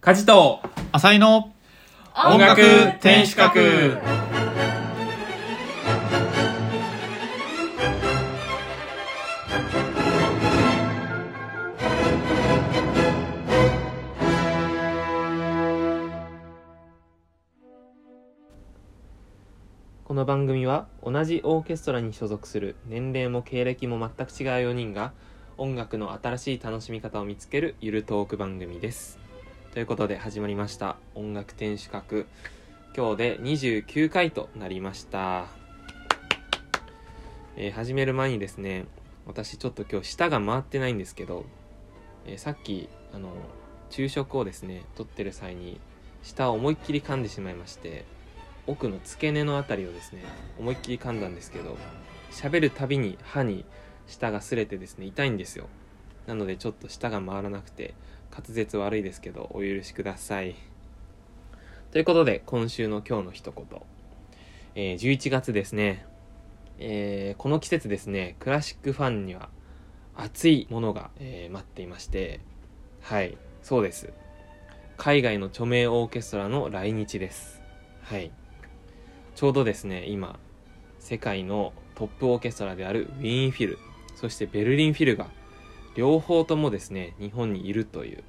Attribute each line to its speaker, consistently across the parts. Speaker 1: カジと
Speaker 2: 浅井の
Speaker 1: 音楽天守閣
Speaker 3: この番組は同じオーケストラに所属する年齢も経歴も全く違う4人が音楽の新しい楽しみ方を見つけるゆるトーク番組です。ということで始まりました「音楽天守閣」今日で29回となりました、えー始める前にですね私ちょっと今日舌が回ってないんですけど、えーさっきあの昼食をですね取ってる際に舌を思いっきり噛んでしまいまして奥の付け根のあたりをですね思いっきり噛んだんですけど喋るたびに歯に舌が擦れてですね痛いんですよなのでちょっと舌が回らなくて滑舌悪いですけどお許しくださいということで今週の今日の一言、えー11月ですね、えーこの季節ですねクラシックファンには熱いものが、えー待っていましてはいそうです海外の著名オーケストラの来日ですはいちょうどですね今世界のトップオーケストラであるウィーンフィルそしてベルリンフィルが両方ともですね日本にいるという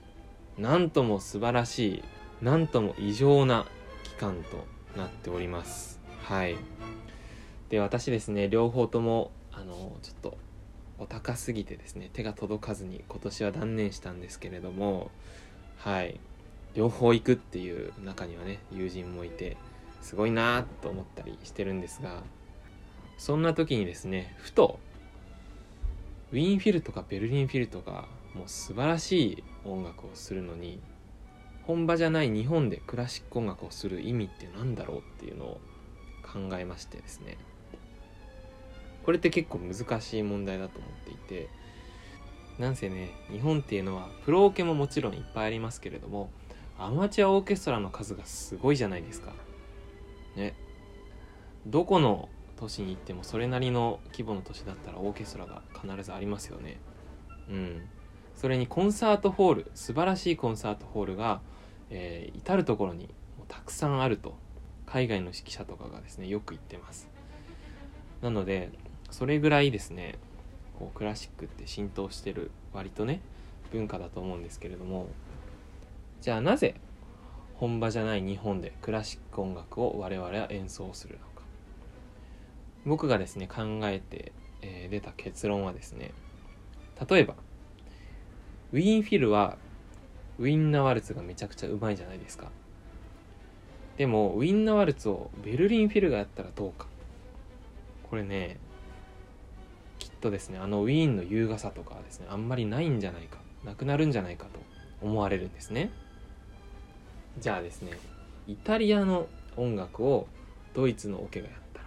Speaker 3: なんとも素晴らしいなんとも異常な期間となっておりますはいで私ですね両方ともあのちょっとお高すぎてですね手が届かずに今年は断念したんですけれどもはい両方行くっていう中にはね友人もいてすごいなぁと思ったりしてるんですがそんな時にですねふとウィーンフィルとかベルリンフィルとかもう素晴らしい音楽をするのに本場じゃない日本でクラシック音楽をする意味って何だろうっていうのを考えましてですねこれって結構難しい問題だと思っていてなんせね日本っていうのはプロオケももちろんいっぱいありますけれどもアマチュアオーケストラの数がすごいじゃないですか。ね。どこの都市に行ってもそれなりの規模の都市だったらオーケストラが必ずありますよね。うん。それにコンサートホール素晴らしいコンサートホールが、えー至る所にもうたくさんあると海外の指揮者とかがですねよく言ってます。なのでそれぐらいですねこうクラシックって浸透してる割とね文化だと思うんですけれどもじゃあなぜ本場じゃない日本でクラシック音楽を我々は演奏するのか僕がですね考えて、えー出た結論はですね例えばウィーンフィルはウィンナワルツがめちゃくちゃうまいじゃないですかでもウィンナワルツをベルリンフィルがやったらどうかこれねきっとですねあのウィーンの優雅さとかはですねあんまりないんじゃないかなくなるんじゃないかと思われるんですねじゃあですねイタリアの音楽をドイツのオケがやったら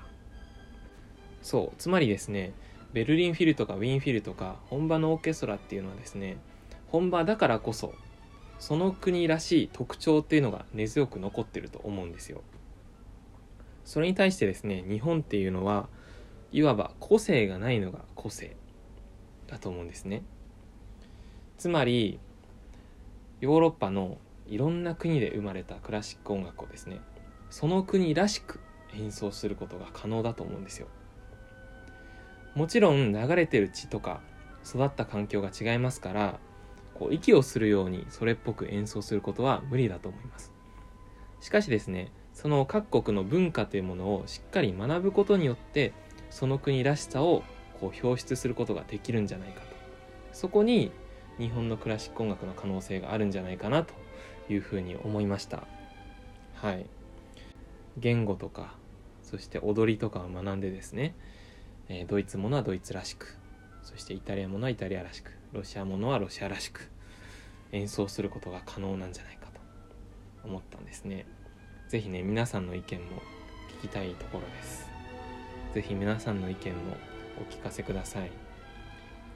Speaker 3: そうつまりですねベルリンフィルとかウィーンフィルとか本場のオーケストラっていうのはですね本場だからこそその国らしい特徴っていうのが根強く残ってると思うんですよそれに対してですね日本っていうのはいわば個性がないのが個性だと思うんですねつまりヨーロッパのいろんな国で生まれたクラシック音楽をですねその国らしく演奏することが可能だと思うんですよもちろん流れてる血とか育った環境が違いますからこう息をするようにそれっぽく演奏することは無理だと思いますしかしですねその各国の文化というものをしっかり学ぶことによってその国らしさをこう表出することができるんじゃないかとそこに日本のクラシック音楽の可能性があるんじゃないかなというふうに思いましたはい言語とかそして踊りとかを学んでですね、えードイツものはドイツらしくそしてイタリアものはイタリアらしくロシアものはロシアらしく演奏することが可能なんじゃないかと思ったんですね是非ね皆さんの意見も聞きたいところです是非皆さんの意見もお聞かせください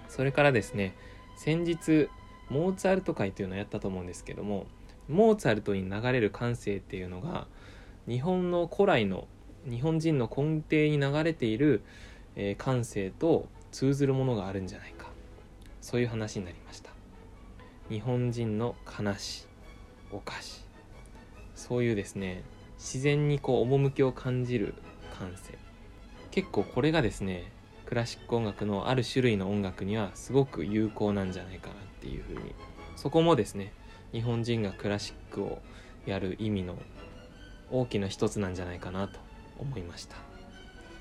Speaker 3: それからですね先日モーツァルト会というのをやったと思うんですけどもモーツァルトに流れる感性っていうのが日本の古来の日本人の根底に流れている、えー感性と通ずるものがあるんじゃないかそういう話になりました日本人の悲しお菓子そういうですね自然にこう趣を感じる感性結構これがですねクラシック音楽のある種類の音楽にはすごく有効なんじゃないかなっていうふうにそこもですね日本人がクラシックをやる意味の大きな一つなんじゃないかなと思いました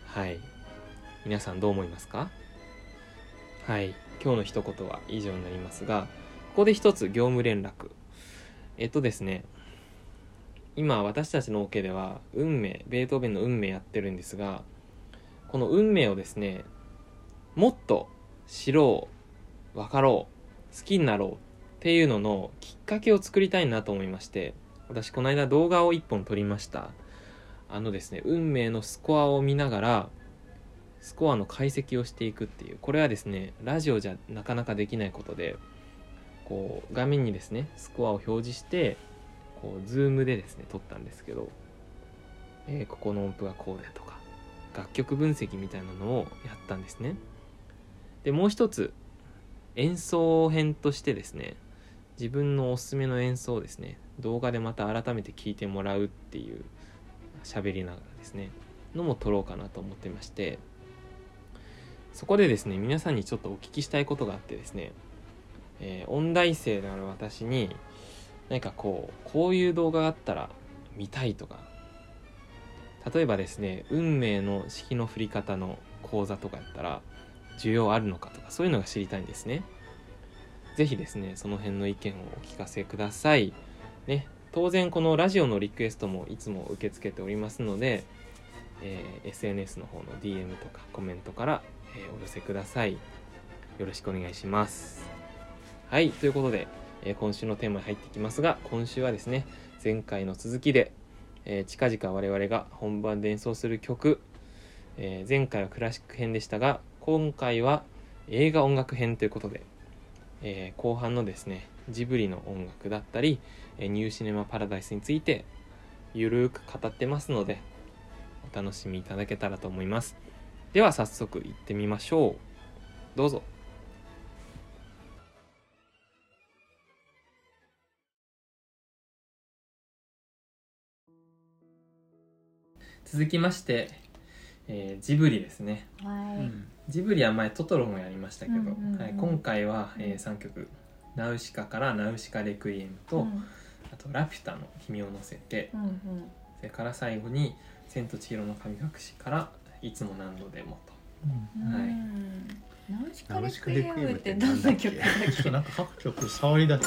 Speaker 3: はい皆さんどう思いますかはい今日の一言は以上になりますがここで一つ業務連絡えっとですね今私たちのオ、ケでは運命ベートーベンの運命やってるんですがこの運命をですねもっと知ろう分かろう好きになろうっていうののきっかけを作りたいなと思いまして私この間動画を1本撮りましたあのですね運命のスコアを見ながらスコアの解析をしていくっていうこれはですねラジオじゃなかなかできないことでこう画面にですねスコアを表示してこうズームでですね撮ったんですけど、えーここの音符がこうだとか楽曲分析みたいなのをやったんですねでもう一つ演奏編としてですね自分のおすすめの演奏をですね動画でまた改めて聞いてもらうっていう喋りながらですねのも撮ろうかなと思ってましてそこでですね皆さんにちょっとお聞きしたいことがあってですね、えー音大生である私に何かこうこういう動画があったら見たいとか例えばですね運命の式の振り方の講座とかやったら需要あるのかとかそういうのが知りたいんですね是非ですねその辺の意見をお聞かせくださいね当然このラジオのリクエストもいつも受け付けておりますので、えー SNS の方の DM とかコメントから、えーお寄せくださいよろしくお願いしますはいということで、えー今週のテーマに入っていきますが今週はですね前回の続きでえー近々我々が本番で演奏する曲、えー前回はクラシック編でしたが今回は映画音楽編ということで、えー後半のですねジブリの音楽だったり、えーニューシネマパラダイスについてゆるーく語ってますのでお楽しみいただけたらと思いますでは早速行ってみましょうどうぞ続きまして、えージブリですね
Speaker 1: う
Speaker 2: はい。
Speaker 1: ん
Speaker 3: ジブリは前トトロもやりましたけど、
Speaker 2: うんうんうん
Speaker 3: はい、今回は、え3曲「ナウシカ」から「ナウシカレクイエムと」
Speaker 2: うん
Speaker 3: あと「ラピュタ」の「君を乗せて
Speaker 2: う」んうん
Speaker 3: それから最後に「千と千尋の神隠し」から「いつも何度でも」と
Speaker 2: うん
Speaker 3: はい
Speaker 2: ナウシカ
Speaker 1: ナ
Speaker 2: レ
Speaker 1: ウシカ
Speaker 2: ク
Speaker 1: レ
Speaker 2: イ
Speaker 1: ク
Speaker 2: エ
Speaker 1: イエ
Speaker 2: ム
Speaker 1: ム
Speaker 2: っ
Speaker 1: ってて
Speaker 2: ど
Speaker 1: なんん
Speaker 2: な
Speaker 1: だっ
Speaker 2: 曲
Speaker 1: け
Speaker 2: だっ
Speaker 1: ちょっとなんか各曲触りだけ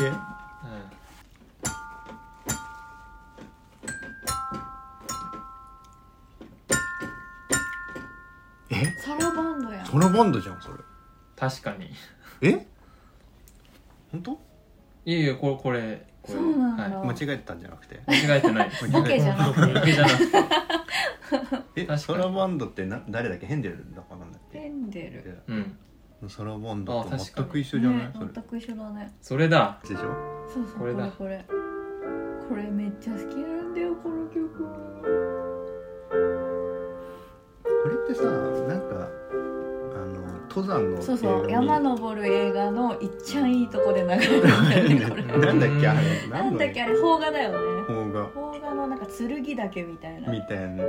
Speaker 1: え
Speaker 2: け？サラバンドやん。
Speaker 1: トラバンドじゃんそ
Speaker 3: 確かに
Speaker 1: れえ本当
Speaker 3: いやいやこれこれこれ
Speaker 2: そうなんだ
Speaker 3: は
Speaker 1: 間違えたんじゃなくて
Speaker 3: い、間違えてない
Speaker 1: ボケじゃな
Speaker 2: くて
Speaker 3: ボケじゃなくて
Speaker 1: え
Speaker 3: 確かに
Speaker 1: ソラバンドってな誰だっけヘンデルだかなんだっ
Speaker 2: ペ
Speaker 1: け
Speaker 2: ンデル。
Speaker 3: うん
Speaker 1: ソラバンドと
Speaker 3: あ確か
Speaker 1: 全
Speaker 3: に
Speaker 1: く一緒じゃない、
Speaker 2: ね
Speaker 1: それ
Speaker 2: 全く一緒だね。
Speaker 3: それだ
Speaker 1: でしょ
Speaker 2: そうそう
Speaker 3: こ
Speaker 2: こ
Speaker 3: れ
Speaker 2: れ
Speaker 3: だ
Speaker 2: これ。これめっちゃ好きなんだよこの曲。
Speaker 1: これってさなんかあの登山の
Speaker 2: そうそう
Speaker 1: 映画に
Speaker 2: 山登る映画のいっちゃんいいとこで流れてるん だよねこれ。
Speaker 1: なんだっけあれ
Speaker 2: なんだっけあ
Speaker 1: あ
Speaker 2: れ邦画だよね。
Speaker 1: 方が
Speaker 2: 邦画のなんか剣岳みたいな。
Speaker 1: みたいなや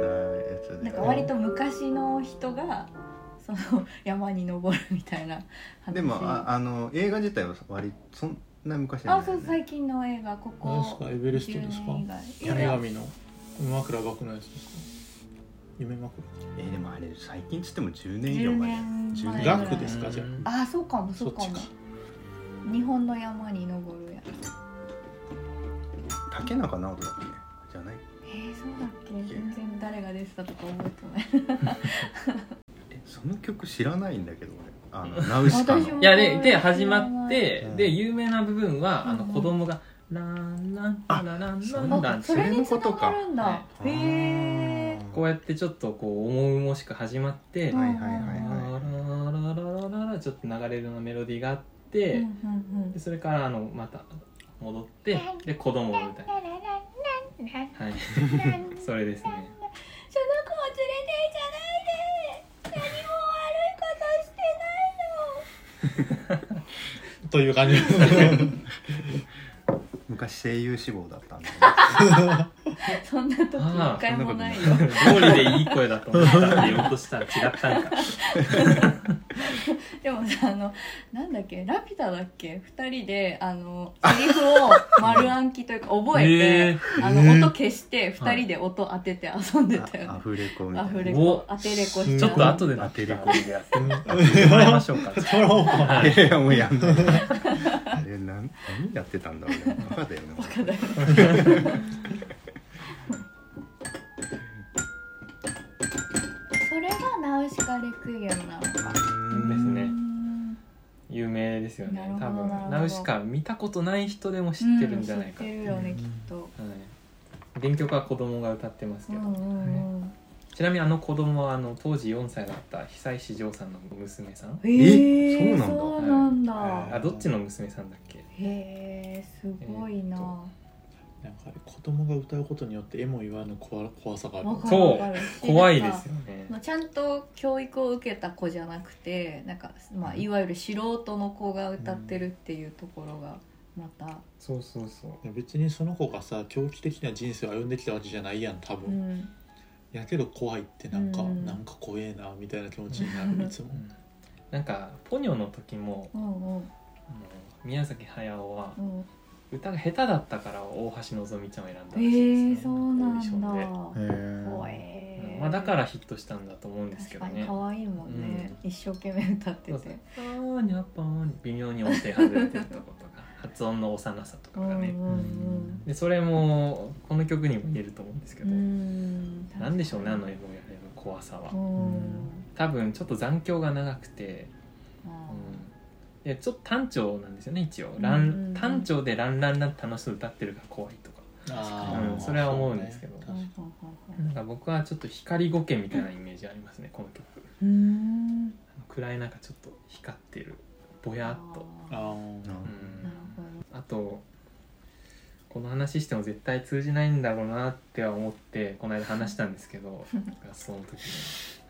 Speaker 1: つで
Speaker 2: なんか割と昔の人がその山に登るみたいな話
Speaker 1: でもああの映画自体は割とそんな昔じゃ
Speaker 2: あ
Speaker 1: ない
Speaker 2: そう
Speaker 1: よね
Speaker 2: 最近の映画こ
Speaker 4: 何です
Speaker 2: こ
Speaker 4: かエベレストですか
Speaker 2: 10年以外い
Speaker 4: 夢
Speaker 2: や
Speaker 4: 神の枕枠のやつですか夢枕
Speaker 1: えーでもあれ最近っつっても10年以上
Speaker 2: 10
Speaker 1: 前
Speaker 2: 年
Speaker 1: 10
Speaker 2: 前
Speaker 1: 年
Speaker 4: 楽ですかじゃあ
Speaker 3: うん
Speaker 2: あそうかもそうか
Speaker 4: そ
Speaker 2: も
Speaker 4: っち
Speaker 2: 日本の山に登るやつ
Speaker 1: 竹中直人だっけじゃない
Speaker 2: えー、そうだっけ全然誰が出てたとか覚え
Speaker 1: えその曲知らないんだけど俺あのナウシ
Speaker 2: て
Speaker 1: カ
Speaker 2: ない
Speaker 1: の
Speaker 2: 私も
Speaker 3: いやでで始まって、
Speaker 1: うん
Speaker 3: で有名な部分は、あの
Speaker 2: うん
Speaker 3: 子供が「ランランランランランラン」
Speaker 2: あそれに繋がるんだ
Speaker 1: そ
Speaker 2: へ
Speaker 1: れのことか
Speaker 2: え
Speaker 3: こうやってちょっとこう重々しく始まって、
Speaker 2: うん
Speaker 1: はいはいはい
Speaker 3: ラ
Speaker 1: は
Speaker 3: ララララララちょっと流れるようなメロディーがあって、
Speaker 2: うんうん
Speaker 3: でそれからあのまた戻ってで子供を歌い、はい、 それですね
Speaker 2: その子を連れていかないで何も悪いことしてないの
Speaker 4: という感じですね
Speaker 1: い昔声優志望だったんでね、
Speaker 2: そんな時
Speaker 3: ああ
Speaker 2: 一回もないよ
Speaker 3: そんなこ
Speaker 4: 道
Speaker 3: と
Speaker 4: 理でいい声だと思ったって言おうとしたら違ったんか
Speaker 2: でもさあのなんだっけ「ラピュタ」だっけ2人であのセリフを丸暗記というか覚え
Speaker 4: え
Speaker 2: て、あの音消して2人で音当てて遊んでた
Speaker 1: あア
Speaker 2: よ
Speaker 1: フレコみた
Speaker 2: ア
Speaker 1: いな
Speaker 2: フ レ
Speaker 1: レ
Speaker 2: コ当てレコし
Speaker 4: ー
Speaker 2: て
Speaker 4: ちょっと
Speaker 2: あ
Speaker 4: 後で
Speaker 1: 当てレコ
Speaker 4: やっ
Speaker 1: でやっ て
Speaker 4: もらいましょうかそれはもう
Speaker 1: ていやいやもうやんないあれなん何やってたんだ俺バカだよね
Speaker 2: だよそれがナウシカレクイエムなの
Speaker 3: うんですね
Speaker 2: うん
Speaker 3: 有名ですよ
Speaker 2: な
Speaker 3: ね
Speaker 2: るほど
Speaker 3: 多
Speaker 2: なるほ
Speaker 3: 分
Speaker 2: ど
Speaker 3: ナウシカ見たことない人でも知ってるんじゃないか、
Speaker 2: うん知ってる
Speaker 3: は
Speaker 2: よねきっと
Speaker 3: い、原曲は子供が歌ってます
Speaker 2: う
Speaker 3: けど、
Speaker 2: んうんうん
Speaker 3: ちなみにあの子供はあの当時4歳だった久石譲さんの娘さん
Speaker 2: え
Speaker 1: え
Speaker 2: ー、
Speaker 1: そう
Speaker 2: なんだ
Speaker 1: はい
Speaker 3: あどっちの娘さんだっけ
Speaker 2: へえすごいな、
Speaker 4: なんかあれ子供が歌うことによって絵も言わぬ怖怖さがある
Speaker 2: わか
Speaker 3: そ
Speaker 2: る
Speaker 3: う
Speaker 2: わかる
Speaker 3: 怖いですよね
Speaker 2: まあちゃんと教育を受けた子じゃなくてなんか、まあ、いわゆる素人の子が歌ってるっていうところがまた、
Speaker 3: そうそうそう
Speaker 4: いや別にその子がさ狂気的な人生を歩んできたわけじゃないやん多
Speaker 2: う
Speaker 4: 分、
Speaker 2: ん、
Speaker 4: やけど怖いってなんか、
Speaker 2: うん
Speaker 4: なんか怖えなみたいな気持ちになるいつ も
Speaker 3: うんなんかポニョの時も
Speaker 2: うんうん
Speaker 3: あの宮崎駿は
Speaker 2: うん
Speaker 3: 歌が下手だったから大橋のぞみちゃんを選んだ
Speaker 2: え
Speaker 3: らしい
Speaker 2: ー、
Speaker 3: です
Speaker 2: そ
Speaker 3: よ
Speaker 2: うな
Speaker 3: オーディショ
Speaker 2: んだ
Speaker 3: ンで
Speaker 2: 怖い、
Speaker 3: うんまあ、だからヒットしたんだと思うんですけ
Speaker 2: 確
Speaker 3: ど
Speaker 2: かに
Speaker 3: ね
Speaker 2: 可愛いもんね、一生懸命歌って
Speaker 3: そうそう
Speaker 2: て
Speaker 3: あーにゃっぱーに微妙に音程外れてるとことか発音の幼さとか
Speaker 2: うんう
Speaker 3: が
Speaker 2: ん
Speaker 3: ね、
Speaker 2: うん
Speaker 3: でそれもこの曲にも言えると思うんですけ
Speaker 2: う
Speaker 3: ど、
Speaker 2: ん
Speaker 3: なんでしょうねあの絵もやれの怖さは、
Speaker 2: うん
Speaker 3: 多分ちょっと残響が長くて、
Speaker 2: あ
Speaker 3: うん、でちょっと単調なんですよね一応、
Speaker 2: ん
Speaker 3: ラ
Speaker 2: うんうん
Speaker 3: ン単調でランランラン楽しそうに歌ってるから怖いとか
Speaker 4: あー
Speaker 3: うんそれは思うんですけど
Speaker 2: ー
Speaker 4: そう
Speaker 2: はい
Speaker 4: ね
Speaker 2: はいはいはい
Speaker 3: なんか僕はちょっと光ゴケみたいなイメージありますねこの曲
Speaker 2: うーん
Speaker 3: あの暗い中ちょっと光ってるぼやっと
Speaker 2: あー
Speaker 4: あ
Speaker 1: な
Speaker 4: ー
Speaker 3: うん
Speaker 2: なるほど
Speaker 3: あとこの話しても絶対通じないんだろうなっては思ってこの間話したんです けど合奏の時に、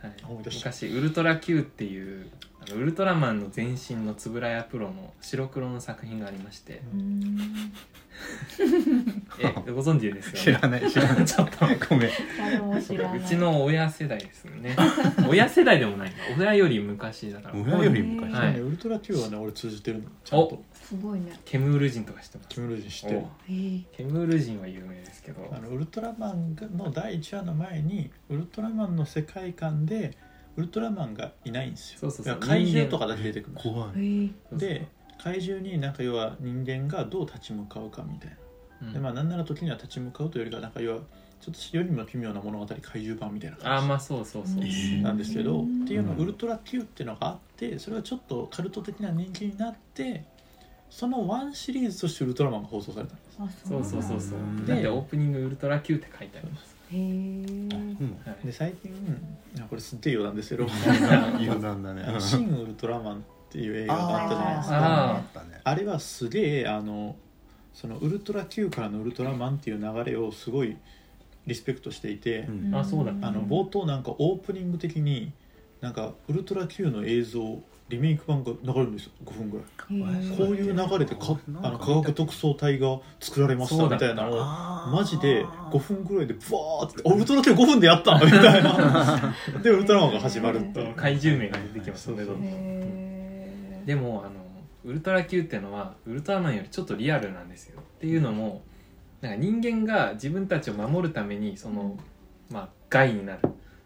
Speaker 3: はい
Speaker 4: 思い出した
Speaker 3: 昔「ウルトラ Q」っていうあのウルトラマンの前身の円谷プロの白黒の作品がありまして
Speaker 2: うーん
Speaker 3: えご存知です
Speaker 1: 知
Speaker 3: よね
Speaker 1: らない知らない
Speaker 3: ちょっと
Speaker 1: ごめん
Speaker 2: 誰も知らな
Speaker 3: う
Speaker 2: い
Speaker 3: ちの親世代ですね 親世代でもないか親より昔だから
Speaker 1: 親より昔、
Speaker 3: はい
Speaker 4: ねウルトラ Q はね俺通じてるのちゃんと
Speaker 2: すごいね
Speaker 3: ケムール人とか知ってます
Speaker 4: キム・ルジン知ってる
Speaker 3: お
Speaker 2: えー
Speaker 3: ケムール人は有名ですけど
Speaker 4: あのウルトラマンの第1話の前にウルトラマンの世界観でウルトラマンがいないんですよ
Speaker 3: そうそうそう
Speaker 4: いや怪獣とかだけ出てくるの
Speaker 1: 怖い
Speaker 2: えー
Speaker 4: で怪獣になんか要は人間がどう立ち向かうかみたいな、
Speaker 3: うん
Speaker 4: でまあなんなら時には立ち向かうというよりかなんか要はちょっと世にも奇妙な物語怪獣版みたいな
Speaker 3: あー
Speaker 4: 感
Speaker 3: まあそうそうそう、
Speaker 2: うん
Speaker 4: じなんですけど、
Speaker 2: うん
Speaker 4: っていうの
Speaker 1: うん
Speaker 4: ウルトラ Q っていうのがあってそれがちょっとカルト的な人気になってその1シリーズとしてウルトラマンが放送されたんです
Speaker 2: あ
Speaker 3: そうそうそうそう
Speaker 1: うん
Speaker 3: だってオープニング「ウルトラ Q」って書いてあります、
Speaker 2: へえ
Speaker 1: うん
Speaker 3: は
Speaker 4: で
Speaker 3: い、
Speaker 4: 最近あこれすっげえ余談ですけど
Speaker 1: 油断だね
Speaker 4: あの「シン・ウルトラマン」っていう映画があったじゃないですか
Speaker 3: あー
Speaker 1: あったね
Speaker 4: あれはすげえあのそのウルトラ Q からのウルトラマンっていう流れをすごいリスペクトしていて、
Speaker 1: うん
Speaker 3: あそうだ
Speaker 4: あの冒頭なんかオープニング的になんかウルトラ Q の映像リメイク版が流れるんですよ5分ぐらい
Speaker 2: へー
Speaker 4: こういう流れでか
Speaker 1: なん
Speaker 4: あ
Speaker 1: か
Speaker 4: の科学特捜隊が作られました
Speaker 3: そうだ
Speaker 4: み
Speaker 3: っ
Speaker 4: た
Speaker 3: た
Speaker 4: いなのを
Speaker 1: あー
Speaker 4: マジで5分ぐらいでブワーって「あウルトラ Q5 分でやった!」みたいなでウルトラマンが始まるっていう
Speaker 3: 怪獣名が出てきますね
Speaker 4: そうそう
Speaker 2: へー
Speaker 3: でもあのウルトラ Q ってのはウルトラマンよりちょっとリアルなんですよっていうのもなんか人間が自分たちを守るためにその、まあ害になる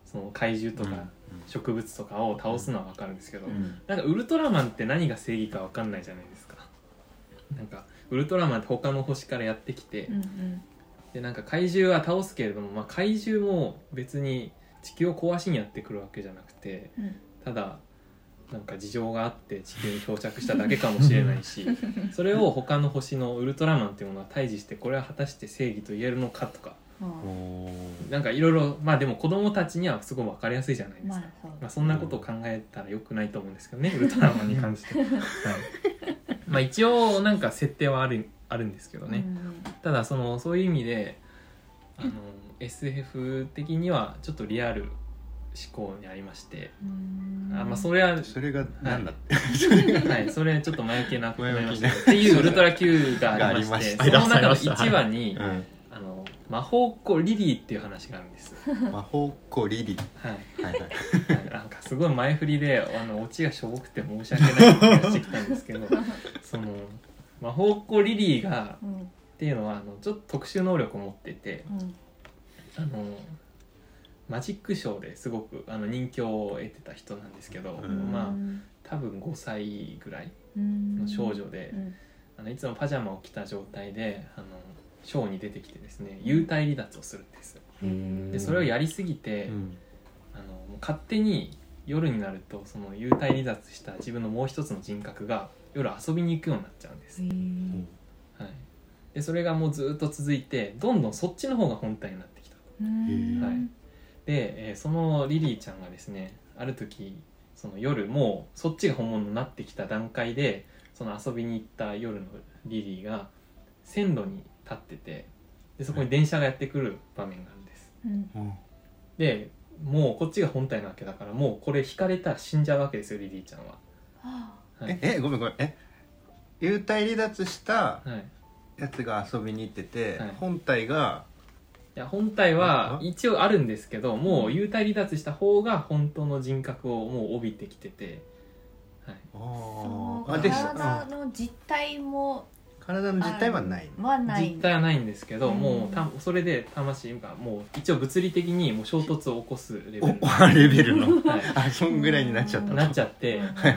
Speaker 3: その怪獣とか植物とかを倒すのは分かるんですけど、
Speaker 1: うんうん
Speaker 3: なんかウルトラマンって何が正義か分かんないじゃないですかなんかウルトラマンって他の星からやってきて、
Speaker 2: うんうん
Speaker 3: でなんか怪獣は倒すけれども、まあ、怪獣も別に地球を壊しにやってくるわけじゃなくて
Speaker 2: うん
Speaker 3: ただなんか事情があって地球に漂着しただけかもしれない しそれを他の星のウルトラマンっていうものは対峙してこれは果たして正義と言えるのかとか
Speaker 2: あ
Speaker 1: おー
Speaker 3: なんかいろいろまあでも子供たちにはすごい分かりやすいじゃない
Speaker 2: ー
Speaker 3: です
Speaker 2: ま
Speaker 3: か
Speaker 2: あ、そう
Speaker 3: まあ、そんなことを考えたらよくないと思うんですけどねウルトラマンに関して、はい、まあ一応なんか設定はあるあるんですけどね、
Speaker 2: うん
Speaker 3: ただそのそういう意味であの SF 的にはちょっとリアル思考にありまして、
Speaker 2: うん
Speaker 3: あまあ、それは、
Speaker 1: それがなんだって、
Speaker 3: はい、それちょっと前置きなくなりました
Speaker 1: 前
Speaker 3: っていうウルトラ Q がありまして
Speaker 1: が
Speaker 4: ありました
Speaker 3: その中の
Speaker 4: はい
Speaker 3: 1話に、
Speaker 1: うん
Speaker 3: あの魔法っ子リリーっていう話があるんです、は
Speaker 1: 魔法っ子リリ
Speaker 3: い、
Speaker 1: ーはいはい
Speaker 3: はいなんかすごい前振りであのオチがしょぼくて申し訳ない気がしてきたんで すけどその魔法っ子リリーが
Speaker 2: うん
Speaker 3: っていうのはあのちょっと特殊能力を持ってて
Speaker 2: うん
Speaker 3: あのマジックショーですごくあの人気を得てた人なんですけど、
Speaker 1: うん
Speaker 3: まあ
Speaker 2: あ
Speaker 3: 多分5歳ぐらい
Speaker 2: の
Speaker 3: の少女で、
Speaker 2: うん
Speaker 3: あのいつもパジャマを着た状態であのショーに出てきてですね幽体離脱をするんですよ
Speaker 1: うん
Speaker 3: でそれをやりすぎて、
Speaker 1: うん
Speaker 3: あのもう勝手に夜になるとその幽体離脱した自分のもう一つの人格が夜遊びに行くようになっちゃうんです、
Speaker 1: うん
Speaker 3: はい、でそれがもうずっと続いてどんどんそっちの方が本体になってきた
Speaker 2: うん
Speaker 3: はいで、えーそのリリーちゃんがですねある時その夜もうそっちが本物になってきた段階でその遊びに行った夜のリリーが線路に立っててでそこに電車がやってくる場面があるんです
Speaker 2: うん
Speaker 1: うん
Speaker 3: でもうこっちが本体なわけだからもうこれ引かれたら死んじゃうわけですよリリーちゃんは、
Speaker 2: あ
Speaker 3: はい
Speaker 1: え、えごめんごめんえ幽体離脱した
Speaker 3: はい、い
Speaker 1: やつが遊びに行ってて、
Speaker 3: はい
Speaker 1: 本体が
Speaker 3: や本体は
Speaker 1: うん
Speaker 3: 一応あるんですけどもう幽体離脱した方が本当の人格をもう帯びてきてて、はい、
Speaker 1: あ
Speaker 2: その
Speaker 1: ーあでし
Speaker 2: 体の実態も
Speaker 1: 体の実体はない
Speaker 2: はない
Speaker 3: 実態はないんですけど、
Speaker 2: うん
Speaker 3: もうたそれで魂がもう一応物理的にもう衝突を起こすレベル
Speaker 1: お
Speaker 3: に、
Speaker 1: レベルの
Speaker 3: は
Speaker 1: あそんぐらいになっちゃっ
Speaker 2: う
Speaker 1: た
Speaker 3: い、
Speaker 2: ん
Speaker 3: なっちゃって、
Speaker 2: うん
Speaker 3: はい、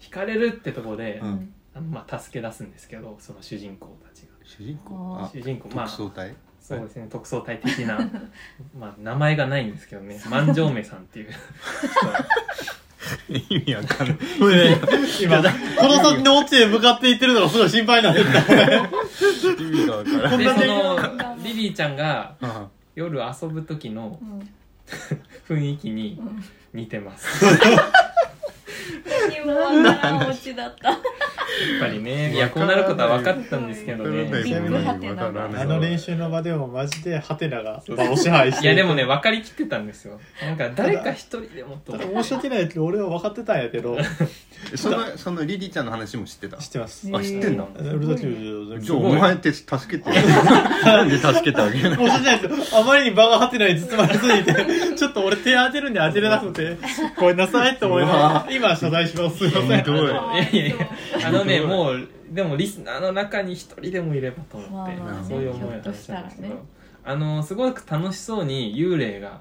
Speaker 3: 惹かれるってとこで、
Speaker 1: うん
Speaker 3: あのまあ、助け出すんですけどその主人公たち
Speaker 1: 主人公
Speaker 2: あ
Speaker 3: が
Speaker 1: あ
Speaker 3: 主人公ま
Speaker 1: 特
Speaker 3: あ
Speaker 1: 捜隊
Speaker 3: そうですね特捜隊的な まあ名前がないんですけどね万丈目さんっていう
Speaker 1: 意味わかんない
Speaker 4: これね、今、この先のオチで向かっていってるのがすごい心配なんですけど
Speaker 1: 意味がわから
Speaker 4: こ
Speaker 1: なんい
Speaker 3: で
Speaker 4: な
Speaker 3: そ
Speaker 4: 内
Speaker 3: のリリーちゃんが
Speaker 1: あ
Speaker 3: 夜遊ぶ時の
Speaker 2: うんうん
Speaker 3: 雰囲気に
Speaker 2: うん
Speaker 3: 似てます
Speaker 2: 何もわからんお家だった
Speaker 3: やっぱりね、いや、こうなることは分かってたんですけど
Speaker 1: わから
Speaker 3: ね。
Speaker 1: ない
Speaker 2: ビッグハテナ
Speaker 1: わからない
Speaker 4: あの練習の場でもマジでハテナが場を支配して
Speaker 3: いや、でもね、分かりきってたんですよ。なんか、誰か一人でもと。
Speaker 4: ただ申し訳ないけど俺は分かってたんやけど
Speaker 1: そのそのリリーちゃんの話も知ってた
Speaker 4: 知ってます
Speaker 2: ね
Speaker 1: あ知ってんだ
Speaker 4: ウルトラ90
Speaker 1: じ
Speaker 4: 申
Speaker 1: ゃ
Speaker 4: し
Speaker 1: あお前って助けて なんで助けてあげない
Speaker 4: 訳ないですあまりに場がハテナに包まれすぎてちょっと俺手当てるんで当てれなくてごめんなさいって思いながら今謝罪しますすいません
Speaker 1: ひどい
Speaker 3: いやいやいや、あのね、もう、でも、リスナーの中に一人でもいればと思って
Speaker 1: まあまあ、ね
Speaker 3: そういう思いを話したんですけ
Speaker 2: ひょ
Speaker 3: ど
Speaker 2: っと。
Speaker 3: あの、すごく楽しそうに幽霊が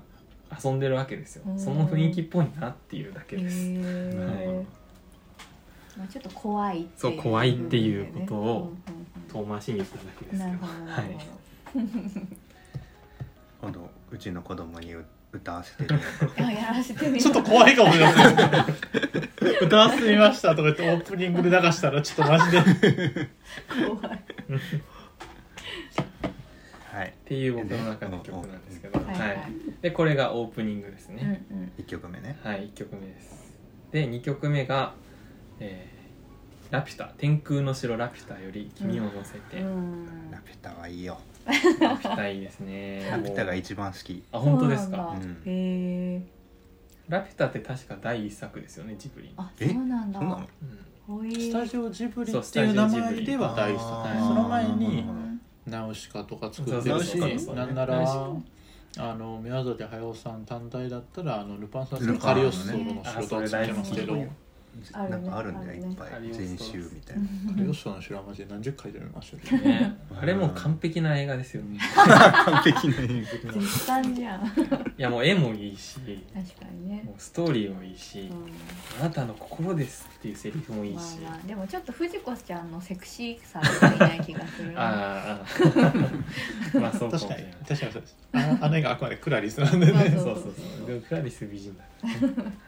Speaker 3: 遊んでるわけですよ
Speaker 2: う。ん
Speaker 3: その雰囲気っぽいなっていうだけ
Speaker 2: へ
Speaker 3: です。
Speaker 2: ーまあちょっと怖いってい
Speaker 3: そう怖いっていうことを
Speaker 2: うんうん
Speaker 3: 遠回しに言っただけ
Speaker 2: う
Speaker 3: で
Speaker 2: んな
Speaker 3: すけ
Speaker 2: る
Speaker 3: ど。
Speaker 2: ほどなるほ。ど
Speaker 3: はい
Speaker 1: 今度うちの子供に歌わせてる
Speaker 2: あやらせてみよう
Speaker 4: ちょっと怖いかもしれません歌わせてみましたとか言ってオープニングで流したらちょっとマジで
Speaker 2: 怖い
Speaker 1: はい
Speaker 3: っていう僕の中の曲なんですけど。
Speaker 1: うん
Speaker 3: は
Speaker 2: はいはい
Speaker 3: い。で、これがオープニングですね。
Speaker 2: うんうん
Speaker 1: 一曲目ね
Speaker 3: はい、1曲目です。で、2曲目が、えーラピュタ、天空の城ラピュタより君を乗せて、
Speaker 2: うん
Speaker 1: ラピュタはいいよ
Speaker 3: ラピュタいいです ね。
Speaker 1: ラピュタが一番好き
Speaker 3: あ、本当です
Speaker 2: そうな
Speaker 3: か。
Speaker 2: んだ
Speaker 1: うん
Speaker 2: へえ
Speaker 3: ラピュタって確か第一作ですよね、ジ ブリの。
Speaker 2: あそうなんだ
Speaker 1: そうなの
Speaker 3: うん
Speaker 2: ほい
Speaker 4: スタジオジブリ
Speaker 3: そう
Speaker 4: っていう名前では
Speaker 1: スタジ
Speaker 4: 大
Speaker 1: オジブリ
Speaker 4: 好き
Speaker 1: あ
Speaker 3: ー
Speaker 4: その前
Speaker 1: う
Speaker 4: に
Speaker 1: ん
Speaker 4: ナウシカとか作ってるし
Speaker 1: そうそうそうそう
Speaker 4: なんなら
Speaker 3: ナウシ
Speaker 4: あの宮崎駿さん単体だったらあのルパン三世のカリオストロの城とか作ってますけど、
Speaker 2: うんあるね
Speaker 1: なんかあるんだよ
Speaker 2: ある
Speaker 1: い
Speaker 2: ね
Speaker 1: っぱい全集みたいな
Speaker 4: カリオストロの城はマジで何十回で見ましたけど、
Speaker 3: ね、あれもう完璧な映画ですよね。
Speaker 1: 完璧な演劇
Speaker 2: 絶賛じゃん確
Speaker 3: いや、もう絵もいいし、
Speaker 2: かにね
Speaker 3: もうストーリーもいいし、
Speaker 2: う
Speaker 3: あなたの心ですっていうセリフもい
Speaker 2: ん
Speaker 3: い
Speaker 2: ま
Speaker 3: し。
Speaker 2: あまあでもちょっと藤子ちゃんのセクシーさがいない気がするな
Speaker 3: あー あー、まあそうかもし
Speaker 4: 確か
Speaker 3: れ
Speaker 4: に
Speaker 3: ない。
Speaker 4: 確かにそうですあのあの映画あくまでクラリスなんでね
Speaker 3: そうそうそう。でもクラリス美人だ。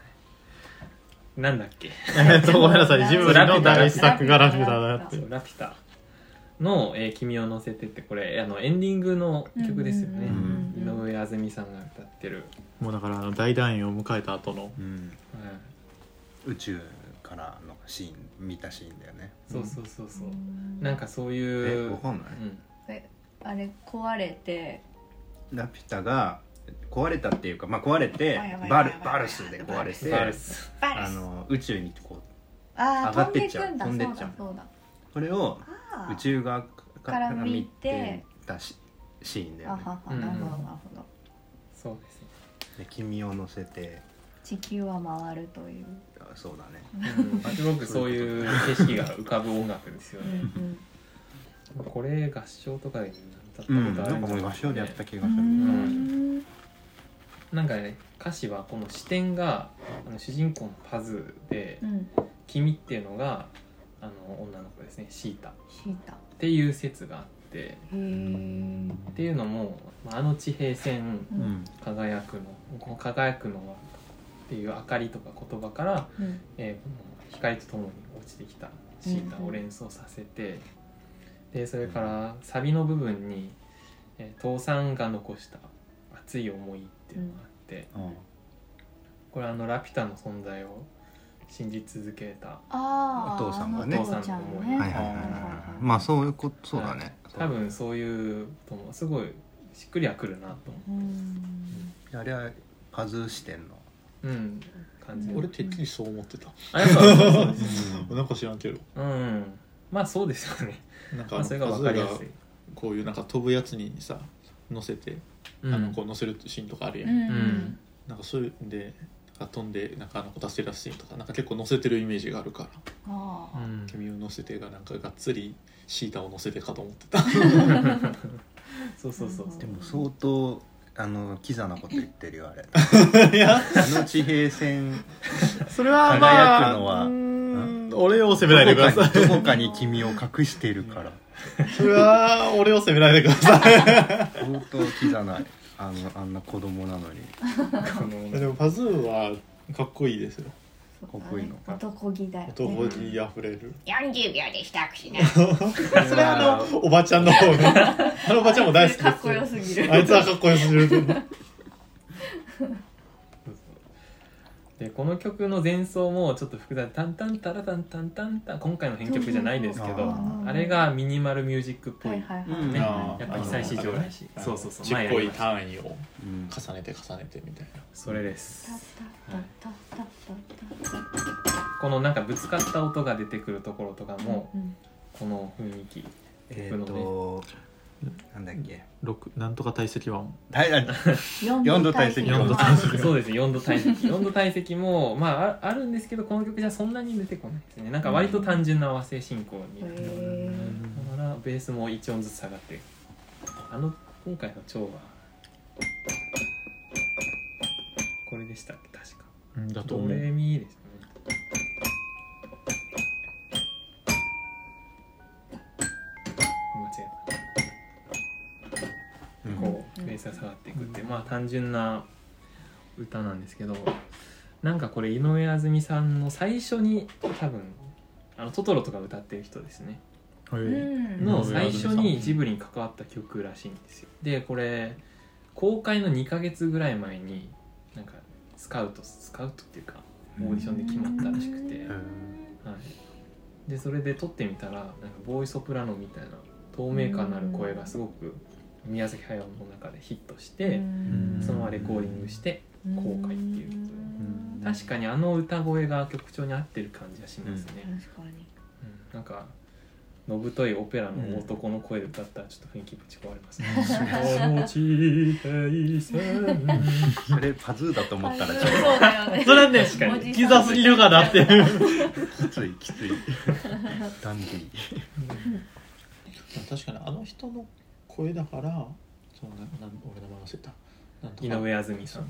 Speaker 3: なんだっけ。
Speaker 4: えっとごめんなさいジブリの第一作がラ
Speaker 2: ラ
Speaker 4: ピ
Speaker 2: ピ
Speaker 4: ュ
Speaker 2: ュ
Speaker 4: タ
Speaker 2: タ
Speaker 4: だって
Speaker 3: そうラピュタの、えー君を乗せてってこれあのエンディングの曲ですよね。
Speaker 2: うんうんうんうん
Speaker 3: 井上あずみさんが歌ってる。
Speaker 4: もうだからあの大団円を迎えた後の
Speaker 1: うん
Speaker 3: うん
Speaker 1: 宇宙からのシーン見たシーンだよね
Speaker 3: そうそうそうそう。
Speaker 2: うん
Speaker 3: なんかそう
Speaker 1: え
Speaker 3: いう。
Speaker 1: わかんな
Speaker 3: う
Speaker 1: い
Speaker 3: ん
Speaker 2: あれ壊れて
Speaker 1: ラピュタが壊れたっていうか、まあ、壊れて
Speaker 2: やばいやばい
Speaker 1: バル
Speaker 2: やばい
Speaker 1: バルスで壊れて
Speaker 3: バルス
Speaker 2: バ
Speaker 1: あ
Speaker 2: レス
Speaker 1: の宇宙にこう
Speaker 2: あー
Speaker 1: 上が
Speaker 2: 飛
Speaker 1: っ
Speaker 2: んで
Speaker 1: て
Speaker 2: い
Speaker 1: っちゃ
Speaker 2: く
Speaker 1: うん
Speaker 2: だ
Speaker 1: 飛んでっ
Speaker 2: そう
Speaker 1: ちゃ
Speaker 2: だ
Speaker 1: う
Speaker 2: そうだ
Speaker 1: これを
Speaker 2: あー
Speaker 1: 宇宙側か
Speaker 2: から
Speaker 1: ら
Speaker 2: 見
Speaker 1: 見
Speaker 2: て
Speaker 1: てたしシーンだ
Speaker 2: あ
Speaker 1: よ
Speaker 2: ははな
Speaker 1: ね
Speaker 2: るほどなるほど
Speaker 3: そうですね
Speaker 1: で君を乗せて
Speaker 2: 地球は回るという、
Speaker 1: あそうだね
Speaker 3: うんすごくそういう景色が浮かぶ音楽ですよ
Speaker 2: うん
Speaker 3: ね
Speaker 2: うん
Speaker 3: これ合唱とかで歌った
Speaker 1: う
Speaker 3: こ
Speaker 1: ん
Speaker 3: とあ
Speaker 1: な
Speaker 3: るん
Speaker 1: ん
Speaker 3: じ
Speaker 1: か
Speaker 3: ゃ
Speaker 1: もう
Speaker 3: ない
Speaker 1: 合
Speaker 3: ですか
Speaker 1: 唱
Speaker 3: ね
Speaker 1: でやった気
Speaker 2: う
Speaker 1: がする
Speaker 2: ん
Speaker 3: なんかね歌詞はこの視点があの主人公のパズーで
Speaker 2: うん
Speaker 3: 「君」っていうのがあの女の子ですねシータっ
Speaker 2: シータ
Speaker 3: ていう説があって
Speaker 2: へえ
Speaker 3: っていうのもまああの地平線
Speaker 2: う
Speaker 1: うんん
Speaker 3: 輝くのこの輝くのはっていう明かりとか言葉から、
Speaker 2: うん
Speaker 3: えーこの光とともに落ちてきたシータを連想させて、でそれからサビの部分に、えー父さんが残した熱い思いっていうのがあって、
Speaker 1: うん
Speaker 3: これあのラピュタの存在を信じ続けた
Speaker 2: あー
Speaker 1: お父さんがね
Speaker 2: あのお父ちゃんのね
Speaker 3: うん
Speaker 1: はいはいはいはいまあそういうことそうだね
Speaker 3: 多分そういうこともすごいしっくりはくるなと思
Speaker 2: うん
Speaker 1: あれはパズー視点の
Speaker 3: う、うん、感じ
Speaker 4: 俺てっきりそう思ってた、
Speaker 3: あやっぱそうそうです
Speaker 4: なんか知らんけど
Speaker 3: うんまあそうですよね
Speaker 4: なんかあ
Speaker 3: まあ
Speaker 4: の
Speaker 3: それが分かりや
Speaker 4: パズ
Speaker 3: す
Speaker 4: ー
Speaker 3: い
Speaker 4: が、こういうなんか飛ぶやつにさ乗せて、
Speaker 3: うん、
Speaker 4: あのこう乗せるシーンとかあるや、
Speaker 2: うんん
Speaker 4: なんかそういうんでなんか飛んでなんかあの子助け出すシーンとかなんか結構乗せてるイメージがあるから
Speaker 2: あ
Speaker 3: う
Speaker 2: ー
Speaker 3: ん
Speaker 4: 「君を乗せて」がなんかがっつりシータを乗せてかと思ってた
Speaker 3: そうそうそう
Speaker 1: でも相当あのキザなこと言ってるよあ れ
Speaker 4: いや
Speaker 1: あの地平線
Speaker 4: それ
Speaker 1: はまあ輝くのはう
Speaker 4: 俺を責め
Speaker 1: ど
Speaker 4: ないで
Speaker 1: こ
Speaker 4: くだ
Speaker 1: か
Speaker 4: さい
Speaker 1: にどこかに君を隠しているから
Speaker 4: それは俺を責めないでください
Speaker 1: 相当キザなあのあんな子供なのに
Speaker 3: こ
Speaker 4: で
Speaker 3: の
Speaker 4: もパズーはかっこいいですよ
Speaker 2: そうだね
Speaker 1: かっこいいのか
Speaker 2: 男気だよね
Speaker 4: 男気あふれる
Speaker 5: 40秒で支度しな。
Speaker 4: それはあのおばちゃんの方の あのおばちゃんも大好きです
Speaker 2: かっこよすぎる
Speaker 4: あいつはかっこよすぎると思う
Speaker 3: でこの曲の前奏もちょっと複雑タンタンタラタンタンタンタン今回の編曲じゃないですけど
Speaker 1: あ
Speaker 2: ー
Speaker 3: あれがミニマルミュージックっぽい、
Speaker 2: はいはいはい、
Speaker 1: うん
Speaker 3: ね
Speaker 4: あー
Speaker 3: やっぱ被災市場だし
Speaker 4: あの
Speaker 3: そうそうそ う
Speaker 4: ちっこい
Speaker 3: 前
Speaker 4: 単位を
Speaker 1: うん
Speaker 4: 重ねて重ねてみたいな
Speaker 3: それです
Speaker 2: タッタッタッタッタッタッタッ
Speaker 3: このなんかぶつかった音が出てくるところとかも
Speaker 2: うん
Speaker 3: この雰囲気
Speaker 1: えっとなんだっけ
Speaker 4: 六なんとか体積は
Speaker 1: はいあ
Speaker 2: 四度体
Speaker 1: 四度
Speaker 4: 体
Speaker 3: そうですね4度体積4度体積もまあああるんですけどこの曲じゃそんなに出てこないですねなんか割と単純な和声進行に
Speaker 2: へー
Speaker 3: だからベースも1音ずつ下がってるあの今回の蝶はこれでしたっけ確か
Speaker 4: だと
Speaker 3: ド
Speaker 4: 思う
Speaker 3: レミですね間違えた
Speaker 1: うん
Speaker 3: こ
Speaker 2: う
Speaker 3: うんベースが下がっていくって、まあ単純な歌なんですけどなんかこれ井上あずみさんの最初に多分あのトトロとか歌ってる人ですね
Speaker 4: はい
Speaker 2: うん
Speaker 3: の
Speaker 4: 井上あ
Speaker 3: 最
Speaker 4: ずみさ
Speaker 3: 初
Speaker 4: ん
Speaker 3: にジブリに関わった曲らしいんですよでこれ公開の2ヶ月ぐらい前になんかスカウトスカウトっていうかオーディションで決まったらしくて、
Speaker 1: う
Speaker 3: は
Speaker 1: ん
Speaker 3: い、でそれで撮ってみたらなんかボーイソプラノみたいな透明感のある声がすごく宮崎駿の中でヒットして、
Speaker 2: うん
Speaker 3: そのままレコーディングして公開っていうことで
Speaker 2: ん
Speaker 3: 確かにあの歌声が曲調に合ってる感じがしますね、うん
Speaker 2: 確かに
Speaker 3: なんかのぶといオペラの男の声で歌ったらちょっと雰囲気ぶち壊れますね
Speaker 4: うん
Speaker 3: あの地平線
Speaker 1: それパズーだと思ったらちょっ
Speaker 2: そうだよね
Speaker 4: それはね
Speaker 3: 確かに
Speaker 4: キザすぎるかなっていう
Speaker 1: ときついきついダンディ
Speaker 4: 確かにあの人の声だからそのななん俺名前忘れたなんと
Speaker 3: 井
Speaker 4: か
Speaker 3: 上あずみさん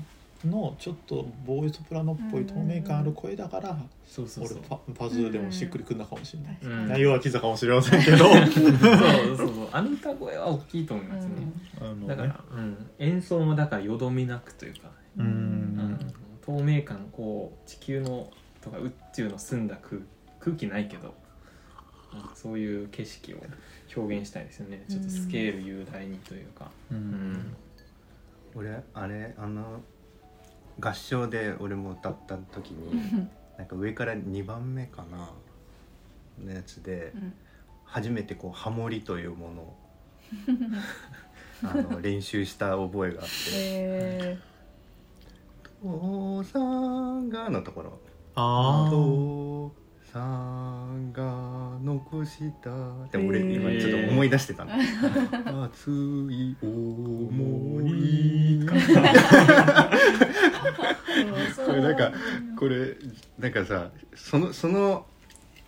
Speaker 4: のちょっとボーイソプラノっぽい透明感ある声だから
Speaker 3: そうそう
Speaker 4: 俺
Speaker 3: そう
Speaker 4: パパズーでもしっくりくんだかもしれない、
Speaker 3: うん
Speaker 4: 内容はキザかもしれませんけど
Speaker 3: そうそうそうあの歌声は大きいと思いますね、
Speaker 4: あのね
Speaker 3: だから、うん、演奏もだからよどみなくというか、
Speaker 4: う
Speaker 3: うん
Speaker 4: ん
Speaker 3: 透明感こう地球のとか宇宙の澄んだ空空気ないけどなんかそういう景色を表現したいですよねちょっとスケール雄大にというか、
Speaker 4: う
Speaker 3: うんん
Speaker 1: 俺あれあの合唱で俺も歌った時になんか上から2番目かなのやつで初めてこうハモリというものをあの練習した覚えがあって
Speaker 2: え
Speaker 1: おさんがのところ
Speaker 4: あー
Speaker 1: とさんが残したでも俺
Speaker 2: えー
Speaker 1: 今ちょっと思い出してたの、熱い思いが
Speaker 2: そう
Speaker 1: これなんかこれなんかさそのその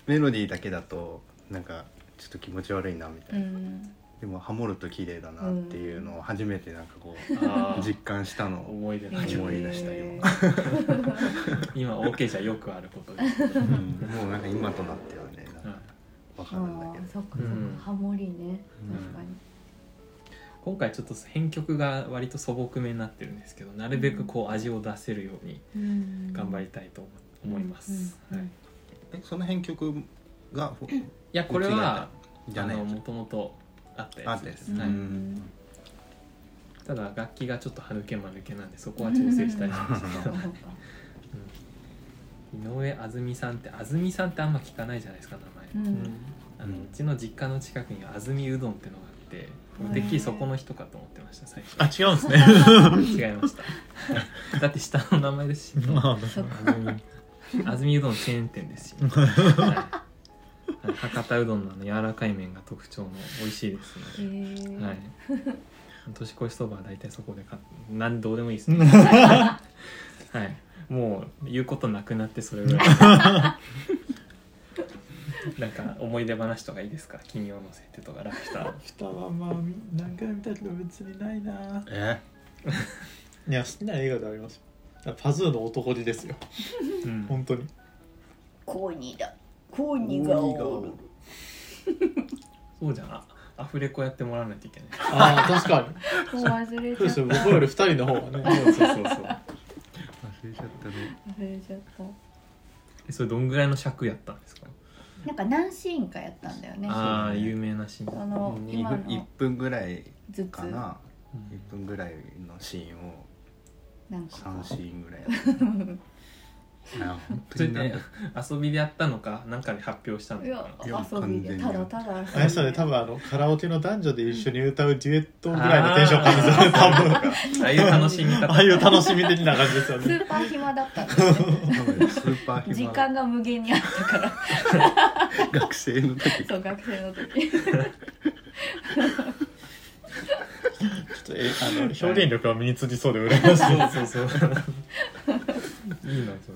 Speaker 1: メロディーだけだとなんかちょっと気持ち悪いなみた
Speaker 2: う
Speaker 1: いな、
Speaker 2: ん
Speaker 1: でもハモると綺麗だなっていうのを初めてなんかこう
Speaker 6: あー
Speaker 1: 実感したの
Speaker 6: 思い出の
Speaker 1: 思い出した
Speaker 2: え
Speaker 6: 今 OK じゃよくあることですけど、
Speaker 1: うんもうなんか今となってはねなんかわかるんだ
Speaker 2: あ
Speaker 1: け
Speaker 2: あ
Speaker 1: ど
Speaker 2: そっかそっ
Speaker 6: うん
Speaker 2: かハモリ
Speaker 6: う
Speaker 2: ね
Speaker 6: ん
Speaker 2: 確かに
Speaker 6: 今回ちょっと編曲が割と素朴めになってるんですけどなるべくこう味を出せるように頑張りたいと思います、
Speaker 2: うんう
Speaker 6: は
Speaker 2: ん
Speaker 6: い、い
Speaker 1: えその編曲がほ
Speaker 6: やこれは
Speaker 1: じゃ
Speaker 6: あ
Speaker 1: ない
Speaker 6: のもともとあった
Speaker 1: あ
Speaker 6: や
Speaker 1: っ
Speaker 6: つ
Speaker 1: たや
Speaker 6: で
Speaker 1: つ
Speaker 6: す、
Speaker 1: ね
Speaker 6: はい
Speaker 1: うん
Speaker 6: ただ楽器がちょっと歯抜け間抜けなんでそこは調整したりしましたけど
Speaker 2: そうか
Speaker 6: 井上あずみさんってあずみさんってあんま聞かないじゃないですか名前、
Speaker 2: うん
Speaker 6: あのうちの実家の近くにあずみうどんってのがあって
Speaker 2: うん
Speaker 6: てっきりそこの人かと思ってました最初
Speaker 4: あ違うんですね
Speaker 6: 違いましただって下の名前ですし
Speaker 4: まあ
Speaker 2: そっか
Speaker 6: あずみあずみうどんチェーン店です し、はい博多うどんのあの柔らかい麺が特徴の美味しいです
Speaker 2: へ
Speaker 6: ね、
Speaker 2: ー
Speaker 6: はい年越しそばは大体そこで買っなんどうでもいいですね はいもう言うことなくなってそれ ぐらいなんか思い出話とかいいですか君を乗せてとかラピュタ
Speaker 4: 下はまあみ何回見たけど別にないな
Speaker 1: え
Speaker 4: いや好きな映画ではありますよパズーの男気ですよ
Speaker 6: うん
Speaker 4: 本当に
Speaker 5: コーニーだコー
Speaker 1: 鬼
Speaker 5: ニー
Speaker 1: が
Speaker 5: が
Speaker 1: お
Speaker 5: お
Speaker 1: る
Speaker 5: る
Speaker 6: そうじゃんあアフレコやってもらわないといけない
Speaker 4: ああ確かに
Speaker 2: もう忘れ
Speaker 4: そうですよ
Speaker 2: ちゃっ
Speaker 4: 僕
Speaker 2: た
Speaker 4: より二人の方が ね
Speaker 6: そうそうそうそう
Speaker 1: 忘れちゃったね
Speaker 2: 忘れちゃった
Speaker 6: えそれどんぐらいの尺やったんですか
Speaker 2: なんか何シーンかやったんだよね
Speaker 6: ああ
Speaker 1: そうね
Speaker 6: 有名なシーン
Speaker 2: その
Speaker 1: 2
Speaker 2: 今
Speaker 1: 分1
Speaker 2: の
Speaker 1: 分ぐらい
Speaker 2: ずつ
Speaker 1: かな
Speaker 6: うん
Speaker 1: 1分ぐらいのシーンを
Speaker 2: なんか
Speaker 1: 3シーンぐらいやったいや本
Speaker 6: そ
Speaker 1: 当
Speaker 6: れ
Speaker 1: になん
Speaker 6: ね
Speaker 1: か
Speaker 6: 遊びでやったのか何かで発表したの
Speaker 2: いや
Speaker 6: か
Speaker 1: いや
Speaker 2: 遊び
Speaker 1: 完全
Speaker 2: で
Speaker 1: に
Speaker 2: ただただ遊び
Speaker 4: あれですよね多分あのカラオケの男女で一緒に歌うデュエットぐらいのテンション感じですよね多分
Speaker 6: なああいう楽しみ方
Speaker 4: ああいう楽しみ的な感じですよ
Speaker 2: ス
Speaker 4: ね
Speaker 2: ーパー暇だったんだよね
Speaker 1: 多分スーパー暇
Speaker 2: 時間が無限にあった から
Speaker 1: 学生の時
Speaker 2: そう学生の時
Speaker 4: ちょっとえあの表現力が身につきそうで羨ましい
Speaker 6: そうそうそういいなそ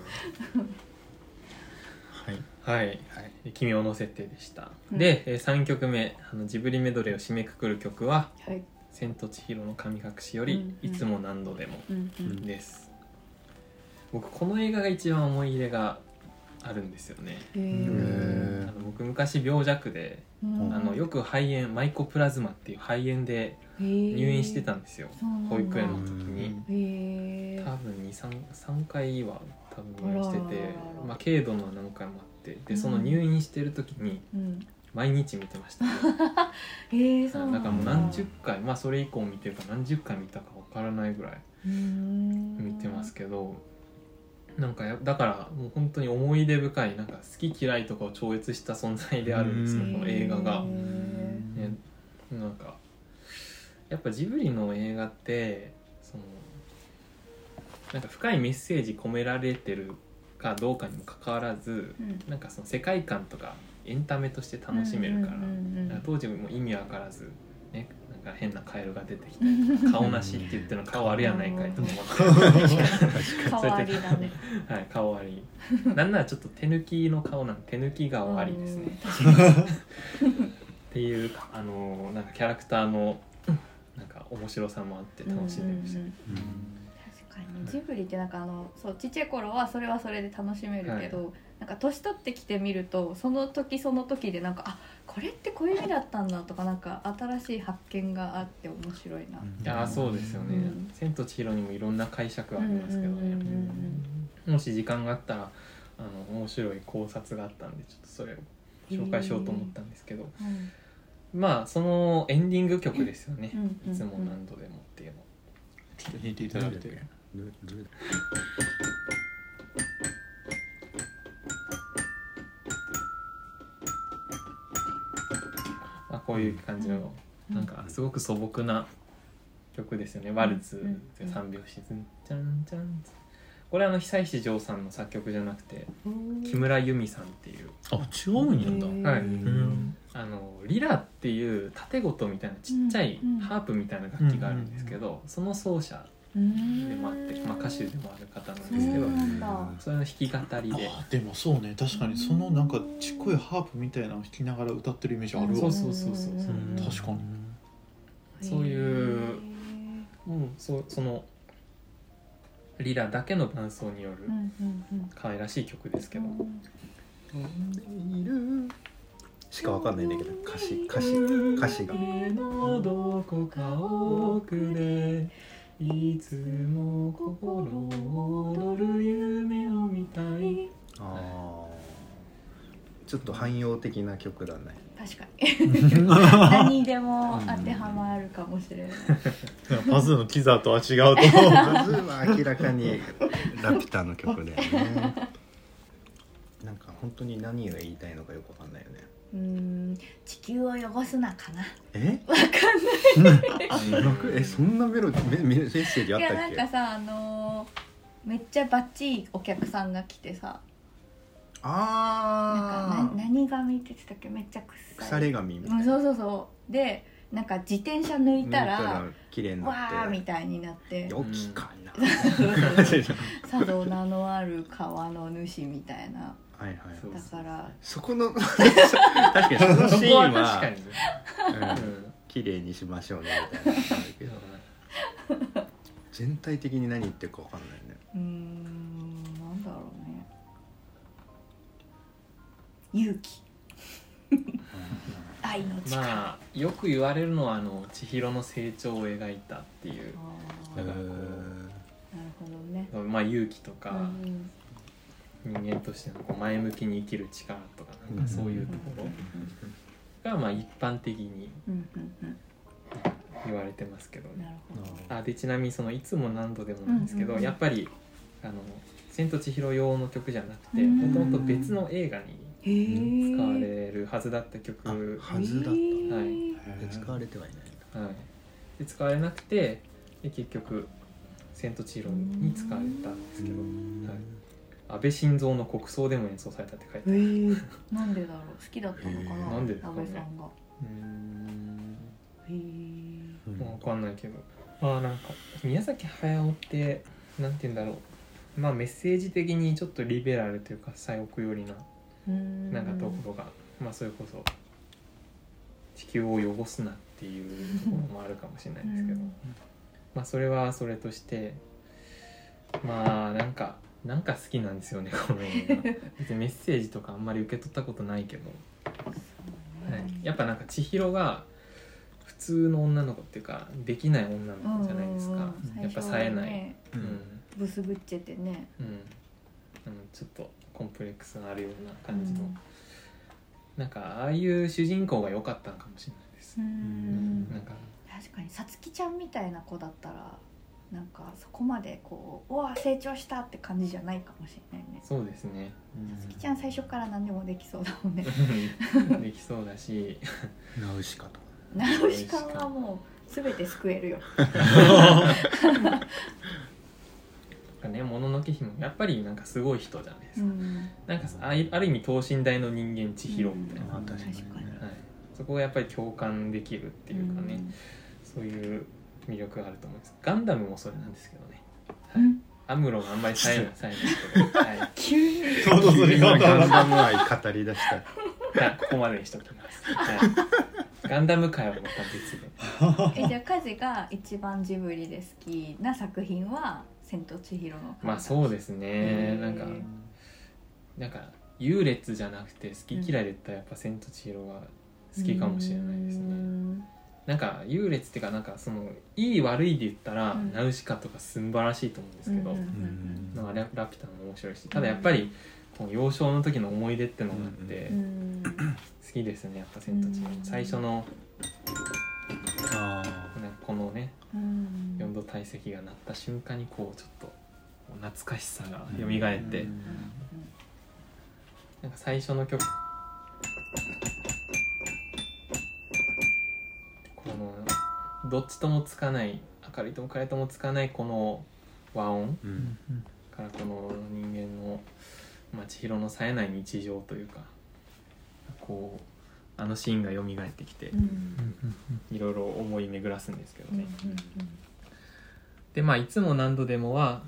Speaker 4: はい
Speaker 6: れはい、え君を乗せてでした、で、えー、3曲目あのジブリメドレーを締めくくる曲は
Speaker 2: はい
Speaker 6: 「千と千尋の神隠し」より、
Speaker 2: うんうん
Speaker 6: いつも何度でも」
Speaker 2: うんうん
Speaker 6: です僕この映画が一番思い入れがあるんですよね
Speaker 2: へ
Speaker 6: あ
Speaker 1: へ
Speaker 6: の僕昔病弱で
Speaker 2: ー
Speaker 6: あのよく肺炎マイコプラズマっていう肺炎で入
Speaker 2: 入
Speaker 6: 院してたんですよ、保育園の時に
Speaker 2: へえ
Speaker 6: 多分23回は多分入院して
Speaker 2: あら
Speaker 6: て
Speaker 2: ららら
Speaker 6: まあ、軽度のは何回もあってでその
Speaker 2: うん
Speaker 6: 入院してる時に
Speaker 2: うん
Speaker 6: 毎日見てま したね、
Speaker 2: へえそう
Speaker 6: なんかもう
Speaker 2: だ
Speaker 6: 何十回まあそれ以降見てるか何十回見たかわからないぐらいう
Speaker 2: ーん
Speaker 6: 見てますけどなんかやだからもう本当に思い出深いなんか好き嫌いとかを超越した存在であるんですよ
Speaker 2: うん
Speaker 6: この映画が
Speaker 2: う。
Speaker 6: ね、なんかやっぱジブリの映画ってそのなんか深いメッセージ込められてるかどうかにもかかわらず
Speaker 2: うん
Speaker 6: なんかその世界観とかエンタメとして楽しめるから,、
Speaker 2: うんうんうん
Speaker 6: なんか当時も意味わからず、ね、なんか変なカエルが出てきたりと か顔なしって言ってるの顔あるやないかいとか思って。
Speaker 2: 変わりだね
Speaker 6: はい、顔あり。なんならちょっと手抜きの顔なん手抜き顔ありですね。
Speaker 2: うん
Speaker 6: っていうあのーなんかキャラクターのなんか面白さもあって楽しんでました。
Speaker 2: うんうんうん確かにジブリってなんかあのそうちっちゃい頃はそれはそれで楽しめるけど、なんか年取ってきてみるとその時その時でなんかあこれってこういう意味だったんだとかなんか新しい発見があって面白いな、
Speaker 1: うん
Speaker 6: いやーそうですよね、
Speaker 2: うん
Speaker 6: 千と千尋にもいろんな解釈がありますけどね、
Speaker 2: うんうんうん
Speaker 6: もし時間があったらあの面白い考察があったんでちょっとそれを紹介しようと思ったんですけど、
Speaker 2: うん
Speaker 6: まあそのエンディング曲ですよね、
Speaker 2: うんうん
Speaker 6: いつも何度でもっていうの
Speaker 4: ちょっと弾いていただいて
Speaker 1: どどれだ
Speaker 6: まあ、こういう感じの、
Speaker 2: うん
Speaker 6: なんかすごく素朴な曲ですよね、ワルツ
Speaker 2: うん
Speaker 6: 3拍子ズンチャンチャンこれあの久石譲さんの作曲じゃなくて木村由美さんっていう
Speaker 4: あ違うんやんだ
Speaker 6: はい
Speaker 4: うん
Speaker 6: あのリラっていう縦ごとみたいなちっちゃい
Speaker 2: うんうん
Speaker 6: ハープみたいな楽器があるんですけど、その奏者でもあって、まあ、歌手でもある方なんですけ
Speaker 2: そう
Speaker 6: ど
Speaker 2: なんだ
Speaker 6: それの弾き語りで
Speaker 4: あでもそうね確かにそのなんかちっこいハープみたいなのを弾きながら歌ってるイメージある
Speaker 6: そ
Speaker 4: わ
Speaker 6: うそうそうそう
Speaker 4: うん確かに
Speaker 6: そういううん、そそのリラだけの伴奏による
Speaker 2: うんうんうん
Speaker 6: 可愛らしい曲ですけど、
Speaker 1: 飛んでいるしかわかんないんだけど歌詞歌詞歌詞が
Speaker 6: 家のどこか奥でいつも心躍る夢を見たい
Speaker 1: あーちょっと汎用的な曲だね
Speaker 2: 確かに 何にでも当てはまるかもしれない
Speaker 4: パズーのキザとは違うと
Speaker 1: まずは明らかにラピュタの曲だよね なんか本当に何が言いたいのかよくわかんないよね
Speaker 2: うーん地球を汚すなかな
Speaker 1: え
Speaker 6: うん
Speaker 1: えそんなメロメメメッセージあっ
Speaker 2: いや
Speaker 1: た
Speaker 2: な
Speaker 1: っ
Speaker 2: ん
Speaker 1: け
Speaker 2: かさあのーめっちゃバッチリお客さんが来てさなん
Speaker 1: あ
Speaker 2: かな何髪って言ってたっけめっちゃ
Speaker 1: あ
Speaker 2: 臭
Speaker 1: 腐
Speaker 2: い
Speaker 1: れ髪みたい
Speaker 2: うん
Speaker 1: な
Speaker 2: そうそうそうでなんか自転車抜いたら
Speaker 1: 綺麗に
Speaker 2: わ
Speaker 1: な
Speaker 2: ー
Speaker 1: っ
Speaker 2: み
Speaker 1: て
Speaker 2: たいになって
Speaker 1: よきかな
Speaker 2: さぞ名のある川の主みたいな
Speaker 1: はいはい
Speaker 6: そう
Speaker 2: だから
Speaker 1: そこの 確かにそのシ
Speaker 6: そこ
Speaker 1: ー
Speaker 6: は確
Speaker 1: ン
Speaker 6: か
Speaker 1: は
Speaker 6: にね、
Speaker 1: うん綺麗にしましょうねみたいなのがあるけ
Speaker 6: うん
Speaker 1: ど全体的に何言ってるかわかんないね
Speaker 2: うーんなんだろうね勇気愛の力、
Speaker 6: まあよく言われるのはあの千尋の成長を描いたっていう
Speaker 2: あ
Speaker 1: う
Speaker 2: ー
Speaker 6: なん
Speaker 1: ん
Speaker 6: かこ
Speaker 2: なるほどね
Speaker 6: まあ勇気と
Speaker 2: う
Speaker 6: か
Speaker 2: ん
Speaker 6: 人間としてのこう前向きに生きる力とかなんかそういうところがまあ一般的に
Speaker 2: うんうんうん
Speaker 6: 言われてますけど
Speaker 2: な
Speaker 6: ね
Speaker 2: るほど
Speaker 6: あでちなみにそのいつも何度でもなんですけど、
Speaker 2: うんうんうん
Speaker 6: やっぱり「あの千と千尋」用の曲じゃなくて
Speaker 2: うん
Speaker 6: もともと別の映画に
Speaker 2: へえ
Speaker 6: 使われるはずだった曲、
Speaker 1: あ
Speaker 6: は
Speaker 1: はずだった
Speaker 6: はい
Speaker 1: で使われてはいないんだ
Speaker 6: い、で使われなくてで結局「千と千尋」に使われたんですけどはい安倍晋三の国葬でも演奏されたって書いてあ
Speaker 2: え
Speaker 6: る
Speaker 2: ー、なんでだろう好きだったのか
Speaker 1: へ
Speaker 2: な
Speaker 1: ー
Speaker 6: なんでですかね
Speaker 2: 安倍さんが
Speaker 6: うーん
Speaker 2: へー
Speaker 1: うん
Speaker 6: もう分かんないけどまあなんか宮崎駿ってなんて言うんだろうまあメッセージ的にちょっとリベラルというか左翼寄りな
Speaker 2: うーん
Speaker 6: なんかところが、まあそれこそ地球を汚すなっていうところもあるかもしれないですけど、
Speaker 2: うん
Speaker 6: まあそれはそれとしてまあなんかなんか好きなんですよねこの映 画別にメッセージとかあんまり受け取ったことないけど、はいやっぱなんか千尋が普通の女の子っていうかできない女の子じゃないですか、
Speaker 2: うん
Speaker 6: やっぱ冴えない、
Speaker 2: 最初はね
Speaker 1: う
Speaker 6: うん
Speaker 1: ん
Speaker 2: ブスぶっちゃってね
Speaker 6: うんあのちょっとコンプレックスのあるような感じの、なんかああいう主人公が良かったのかもしれないです
Speaker 2: う、んうん
Speaker 6: なんか
Speaker 2: 確かにさつきちゃんみたいな子だったらなんかそこまでこううわ成長したって感じじゃないかもしれないね
Speaker 6: そうです ね、
Speaker 2: さつきちゃん最初から何でもできそうだもんね
Speaker 6: できそうだし
Speaker 1: ナウシカとか
Speaker 2: ナウシカはもう全て救え るよ
Speaker 6: なんかねもののけ姫もやっぱりなんかすごい人じゃないです
Speaker 2: う
Speaker 6: か、
Speaker 2: ん
Speaker 6: なんかさあいある意味等身大の人間千尋みたいな、
Speaker 1: あ確かに
Speaker 2: 確かに
Speaker 6: はい、そこがやっぱり共感できるっていうかね、
Speaker 2: ん
Speaker 6: そういう魅力があると思いますガンダムもそれなんですけどね、
Speaker 2: う
Speaker 6: はい
Speaker 2: ん
Speaker 6: アムロがあんまり冴 えない冴えないけど、はい
Speaker 2: 急に
Speaker 4: そうそうそれ
Speaker 1: ガ
Speaker 4: ガ
Speaker 1: ン
Speaker 4: ンダム
Speaker 1: ダム愛語り出した
Speaker 6: じゃあここまでにしときます、はい、ガンダム界はまた別で
Speaker 2: えじゃあカジが一番ジブリで好きな作品は「千と千尋の神隠し」
Speaker 6: まあそうですね
Speaker 2: へー
Speaker 6: なんかなんか優劣じゃなくて好き嫌いで言ったらやっぱ「千と千尋」は好きかもしれないです
Speaker 2: う
Speaker 6: ね
Speaker 2: ん
Speaker 6: なんか優劣っていうかなんかそのいい悪いで言ったら、
Speaker 2: うん
Speaker 6: ナウシカとかすんばらしいと思うんですけど、
Speaker 2: うん
Speaker 1: うん
Speaker 6: まあ、ララピュタも面白いしただやっぱりこの幼少の時の思い出ってのがあって、
Speaker 2: う
Speaker 6: 好
Speaker 2: ん
Speaker 6: きですねやっぱ「千と千尋
Speaker 2: う」ん
Speaker 6: 最初の
Speaker 1: あ
Speaker 6: なんかこのね
Speaker 2: うん
Speaker 6: 4度体積が鳴った瞬間にこうちょっと懐かしさが蘇って、なんか最初の曲このどっちともつかない明るいとも暗いともつかないこの和音
Speaker 1: ーうん
Speaker 6: がからこの人間の、まあ、千尋の冴えない日常というかこうあのシーンが蘇ってきて
Speaker 2: うんうん
Speaker 6: いろいろ思い巡らすんですけど
Speaker 2: うんう
Speaker 6: ね、
Speaker 2: ん
Speaker 6: でまあいつも何度でもは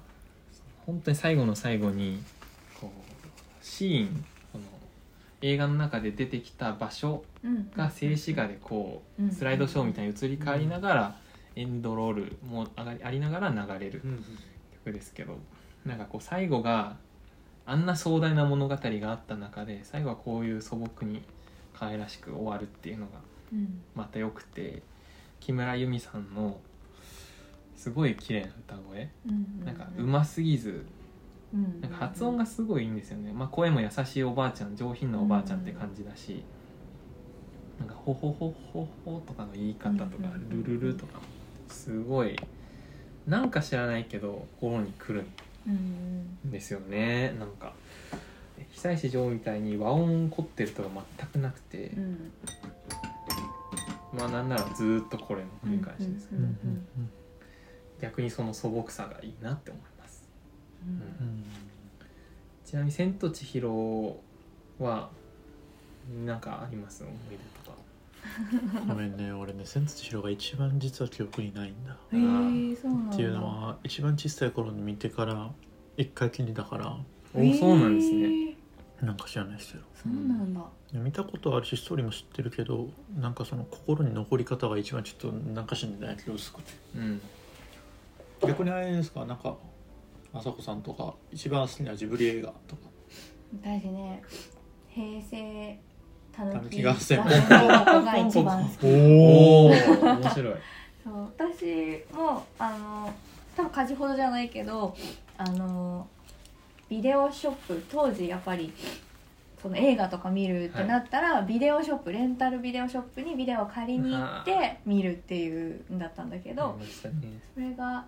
Speaker 6: 本当に最後の最後にこうシーンこの映画の中で出てきた場所
Speaker 2: うん
Speaker 6: が静止画でこう、
Speaker 2: うん
Speaker 6: スライドショーみたいに移り変わりながら、エンドロールもあがありながら流れる曲ですけど、なんかこう最後があんな壮大な物語があった中で最後はこういう素朴に可愛らしく終わるっていうのが
Speaker 2: うん
Speaker 6: また良くて木村由美さんのすごい綺麗な歌声
Speaker 2: うん
Speaker 6: なんかうますぎず
Speaker 2: うん
Speaker 6: なんか発音がすごいいいんですよね、まあ、声も優しいおばあちゃん上品なおばあちゃんって感じだし、なんか「ほほほほほ」とかの言い方とか
Speaker 2: う
Speaker 6: 「ル
Speaker 2: ん
Speaker 6: ルル」とかもすごいなんか知らないけど心に来る
Speaker 2: うん
Speaker 6: んですよねなんか久石譲みたいに和音凝ってるとか全くなくて
Speaker 2: う、ん
Speaker 6: まあなんならずーっとこれの繰り返しですけど、
Speaker 2: うんうん
Speaker 6: 逆にその素朴さがいいなって思います
Speaker 2: うん
Speaker 6: ちなみに「千と千尋」はなんかあります思い出とか
Speaker 4: ごめんね俺ね「千と千尋」が一番実は記憶にないんだ
Speaker 2: へえー、そうなんだ
Speaker 4: っていうのは一番小さい頃に見てから一回きりだから
Speaker 6: おそうなんですね
Speaker 2: へー
Speaker 4: なんか知らないですよ
Speaker 2: そうなんだ
Speaker 4: 見たことあるしストーリーも知ってるけどなんかその心に残り方が一番ちょっとなんか知んないけど薄くて
Speaker 6: うん
Speaker 4: 逆にあれですかなんか雅子さんとか一番好きなジブリ映画とか
Speaker 2: 私ね平成た
Speaker 4: た
Speaker 2: ぬ
Speaker 4: ぬ
Speaker 2: き
Speaker 4: き
Speaker 2: 合
Speaker 4: 合
Speaker 2: 戦
Speaker 4: 戦
Speaker 2: が一番好き
Speaker 4: お
Speaker 6: おー面白い
Speaker 2: そう私もあの多分家事ほどじゃないけどあのビデオショップ当時やっぱりその映画とか見るってなったら、ビデオショップレンタルビデオショップにビデオを借りに行って見るっていうんだったんだけど、
Speaker 6: ありましたね
Speaker 2: それが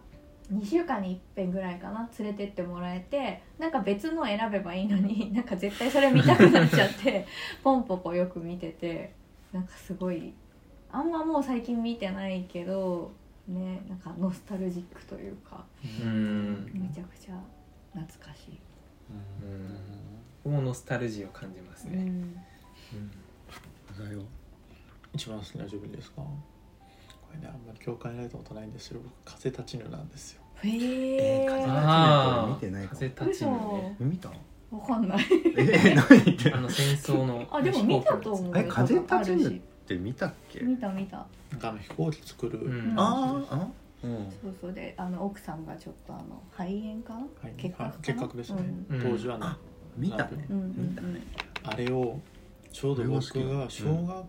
Speaker 2: 2週間に1遍ぐらいかな連れてってもらえてなんか別の選べばいいのに なんか絶対それ見たくなっちゃってポンポコよく見ててなんかすごいあんまもう最近見てないけどねなんかノスタルジックというか
Speaker 6: うん
Speaker 2: めちゃくちゃ懐かしい。
Speaker 6: ここもノスタルジーを感じます
Speaker 2: う
Speaker 6: ね、
Speaker 2: ん
Speaker 1: だよ
Speaker 4: 一番好きなジブリですかこれねあんまり共感得られたことないんですよ僕風立ちぬなんですよ
Speaker 2: へえ
Speaker 1: えー風立ち
Speaker 6: ああ
Speaker 1: 見てないかも
Speaker 6: 風立ちぬね
Speaker 1: 見た
Speaker 2: わかんない。
Speaker 1: えー、何言ってん
Speaker 6: あ
Speaker 1: の
Speaker 6: の戦争の
Speaker 2: あでも見たと思う
Speaker 1: あ
Speaker 2: よ。
Speaker 1: れ風立
Speaker 2: あ
Speaker 1: ち
Speaker 2: る
Speaker 1: ぬっ
Speaker 2: して
Speaker 1: 見たっけ
Speaker 2: 見た見た。
Speaker 4: なんかあの飛行機作る、
Speaker 6: うん
Speaker 1: あああうん
Speaker 2: そうそうであの奥さんがちょっとあの肺炎かな
Speaker 4: はい
Speaker 2: 結核かな
Speaker 4: 結核ですね、
Speaker 2: うん
Speaker 4: 当時はね
Speaker 1: あ見たね
Speaker 2: うんうんうん
Speaker 1: 見たね
Speaker 4: あれをちょうど僕
Speaker 1: 俺は
Speaker 4: が
Speaker 1: 好き
Speaker 4: 小
Speaker 1: だ
Speaker 4: 学、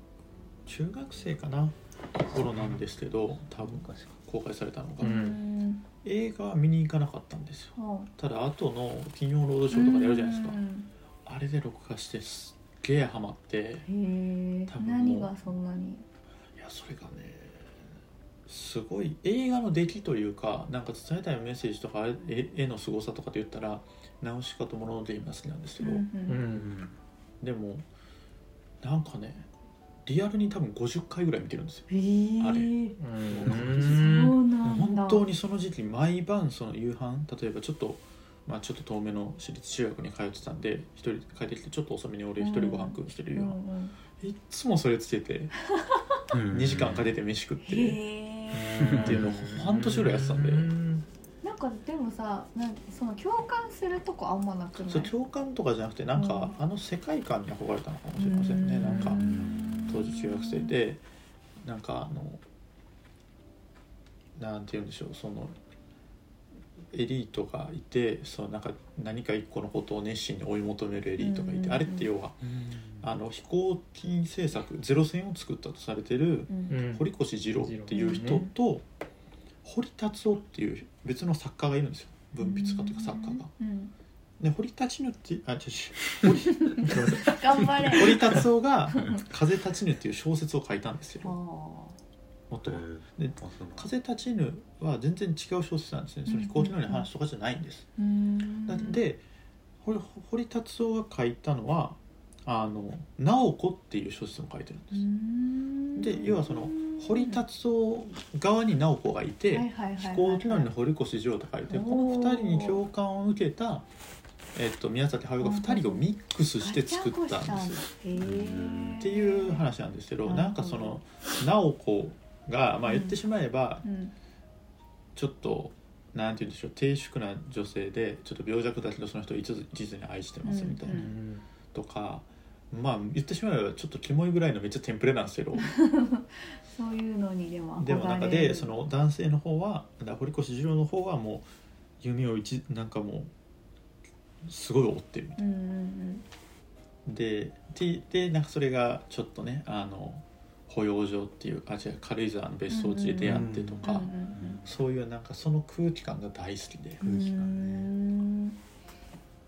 Speaker 4: 中学生かな頃なんですけど多分
Speaker 1: 昔か
Speaker 4: 公開されたのが、
Speaker 6: う
Speaker 2: うんん
Speaker 4: 映画は見に行かなかったんですよ
Speaker 2: はあ
Speaker 4: ただ後の「金曜ロードショー」とかでやるじゃないですか
Speaker 2: うん
Speaker 4: あれで録画してすっげえハマって
Speaker 2: へえ
Speaker 4: 多分もう
Speaker 2: 何がそんなに
Speaker 4: いやそれがねすごい映画の出来というかなんか伝えたいメッセージとか絵絵の凄さとかで言ったら「ナウシカともののけ姫」が好きなんですけ
Speaker 2: うん
Speaker 4: ど、
Speaker 6: う
Speaker 1: うんん
Speaker 4: でもなんかねリアルに多分50回ぐらい見てるんですよ
Speaker 2: へえ
Speaker 4: あれ
Speaker 6: う
Speaker 2: そ
Speaker 6: ん
Speaker 2: うなんだ
Speaker 4: 本当にその時期毎晩その夕飯例えばちょっとまあちょっと遠めの私立中学に通ってたんで一人で帰ってきてちょっと遅めに俺一人ご飯食う一人夕
Speaker 2: う
Speaker 4: 飯、
Speaker 2: んうん
Speaker 4: いっつもそれつけて2時間かけて飯食って、
Speaker 2: へえ
Speaker 4: っていうのを半年ぐらいやってたんで
Speaker 6: うん
Speaker 2: なんかでもさなんその共感するとこあんまなくない
Speaker 4: そう共感とかじゃなくてなんか、あの世界観に憧れたのかもしれませんね、
Speaker 2: うん
Speaker 4: なん
Speaker 2: う
Speaker 4: か
Speaker 2: ん
Speaker 4: 当時中学生でなんかあのなんて言うんでしょうそのエリートがいてそのなんか何か一個のことを熱心に追い求めるエリートがいて、
Speaker 2: うん
Speaker 4: あれって要はあの飛行機政策ゼロ戦を作ったとされてる
Speaker 2: うん
Speaker 6: うん
Speaker 4: 堀越二郎っていう人と堀達夫っていう別の作家がいるんですよ文筆家というか作家が。
Speaker 2: うん
Speaker 4: で堀達夫ってあ違う違う堀すいません
Speaker 2: 頑 張れ
Speaker 4: 堀達夫が「風立ちぬ」っていう小説を書いたんですよ
Speaker 2: は
Speaker 4: 元はで
Speaker 1: えーあそう
Speaker 4: 「
Speaker 1: か
Speaker 4: 風立ちぬ」は全然違う小説なんですねその飛行機のような話とかじゃないんです
Speaker 2: あうん
Speaker 4: だで堀堀達夫が書いたのは「あの直子」っていう小説も書いてるん
Speaker 2: うん
Speaker 4: ですで要はその堀達夫側に直子がいて、
Speaker 2: はいはいはいは
Speaker 4: 飛
Speaker 2: い
Speaker 4: 行機乗りの堀越二郎と書いてこの2人に共感を受けた、えっと、宮崎駿が2人をミックスして作ったんですよ。
Speaker 2: へー
Speaker 4: っていう話なんですけど
Speaker 2: うん
Speaker 4: なんかその直子が、まあ、言ってしまえば
Speaker 2: うん
Speaker 4: ちょっと。なんて言うんでしょう低粛な女性でちょっと病弱だけどその人を一途一途に愛してますみたいな、
Speaker 2: うん
Speaker 4: とかまあ言ってしまえばちょっとキモいぐらいのめっちゃテンプレなんですけど
Speaker 2: そういうのにでも憧れ
Speaker 4: で
Speaker 2: る
Speaker 4: もなんかでその男性の方はだから堀越二郎の方はもう夢を一なんかもうすごい追ってるみたい
Speaker 2: うんうん
Speaker 4: でてでなんかそれがちょっとねあの保養所っていうあ違う軽井沢の別荘地で出会ってと
Speaker 2: うん
Speaker 4: か、
Speaker 2: うんうん
Speaker 4: そういうなんかその空気感が大好きで
Speaker 2: う
Speaker 1: 空気
Speaker 2: ん
Speaker 1: 感ね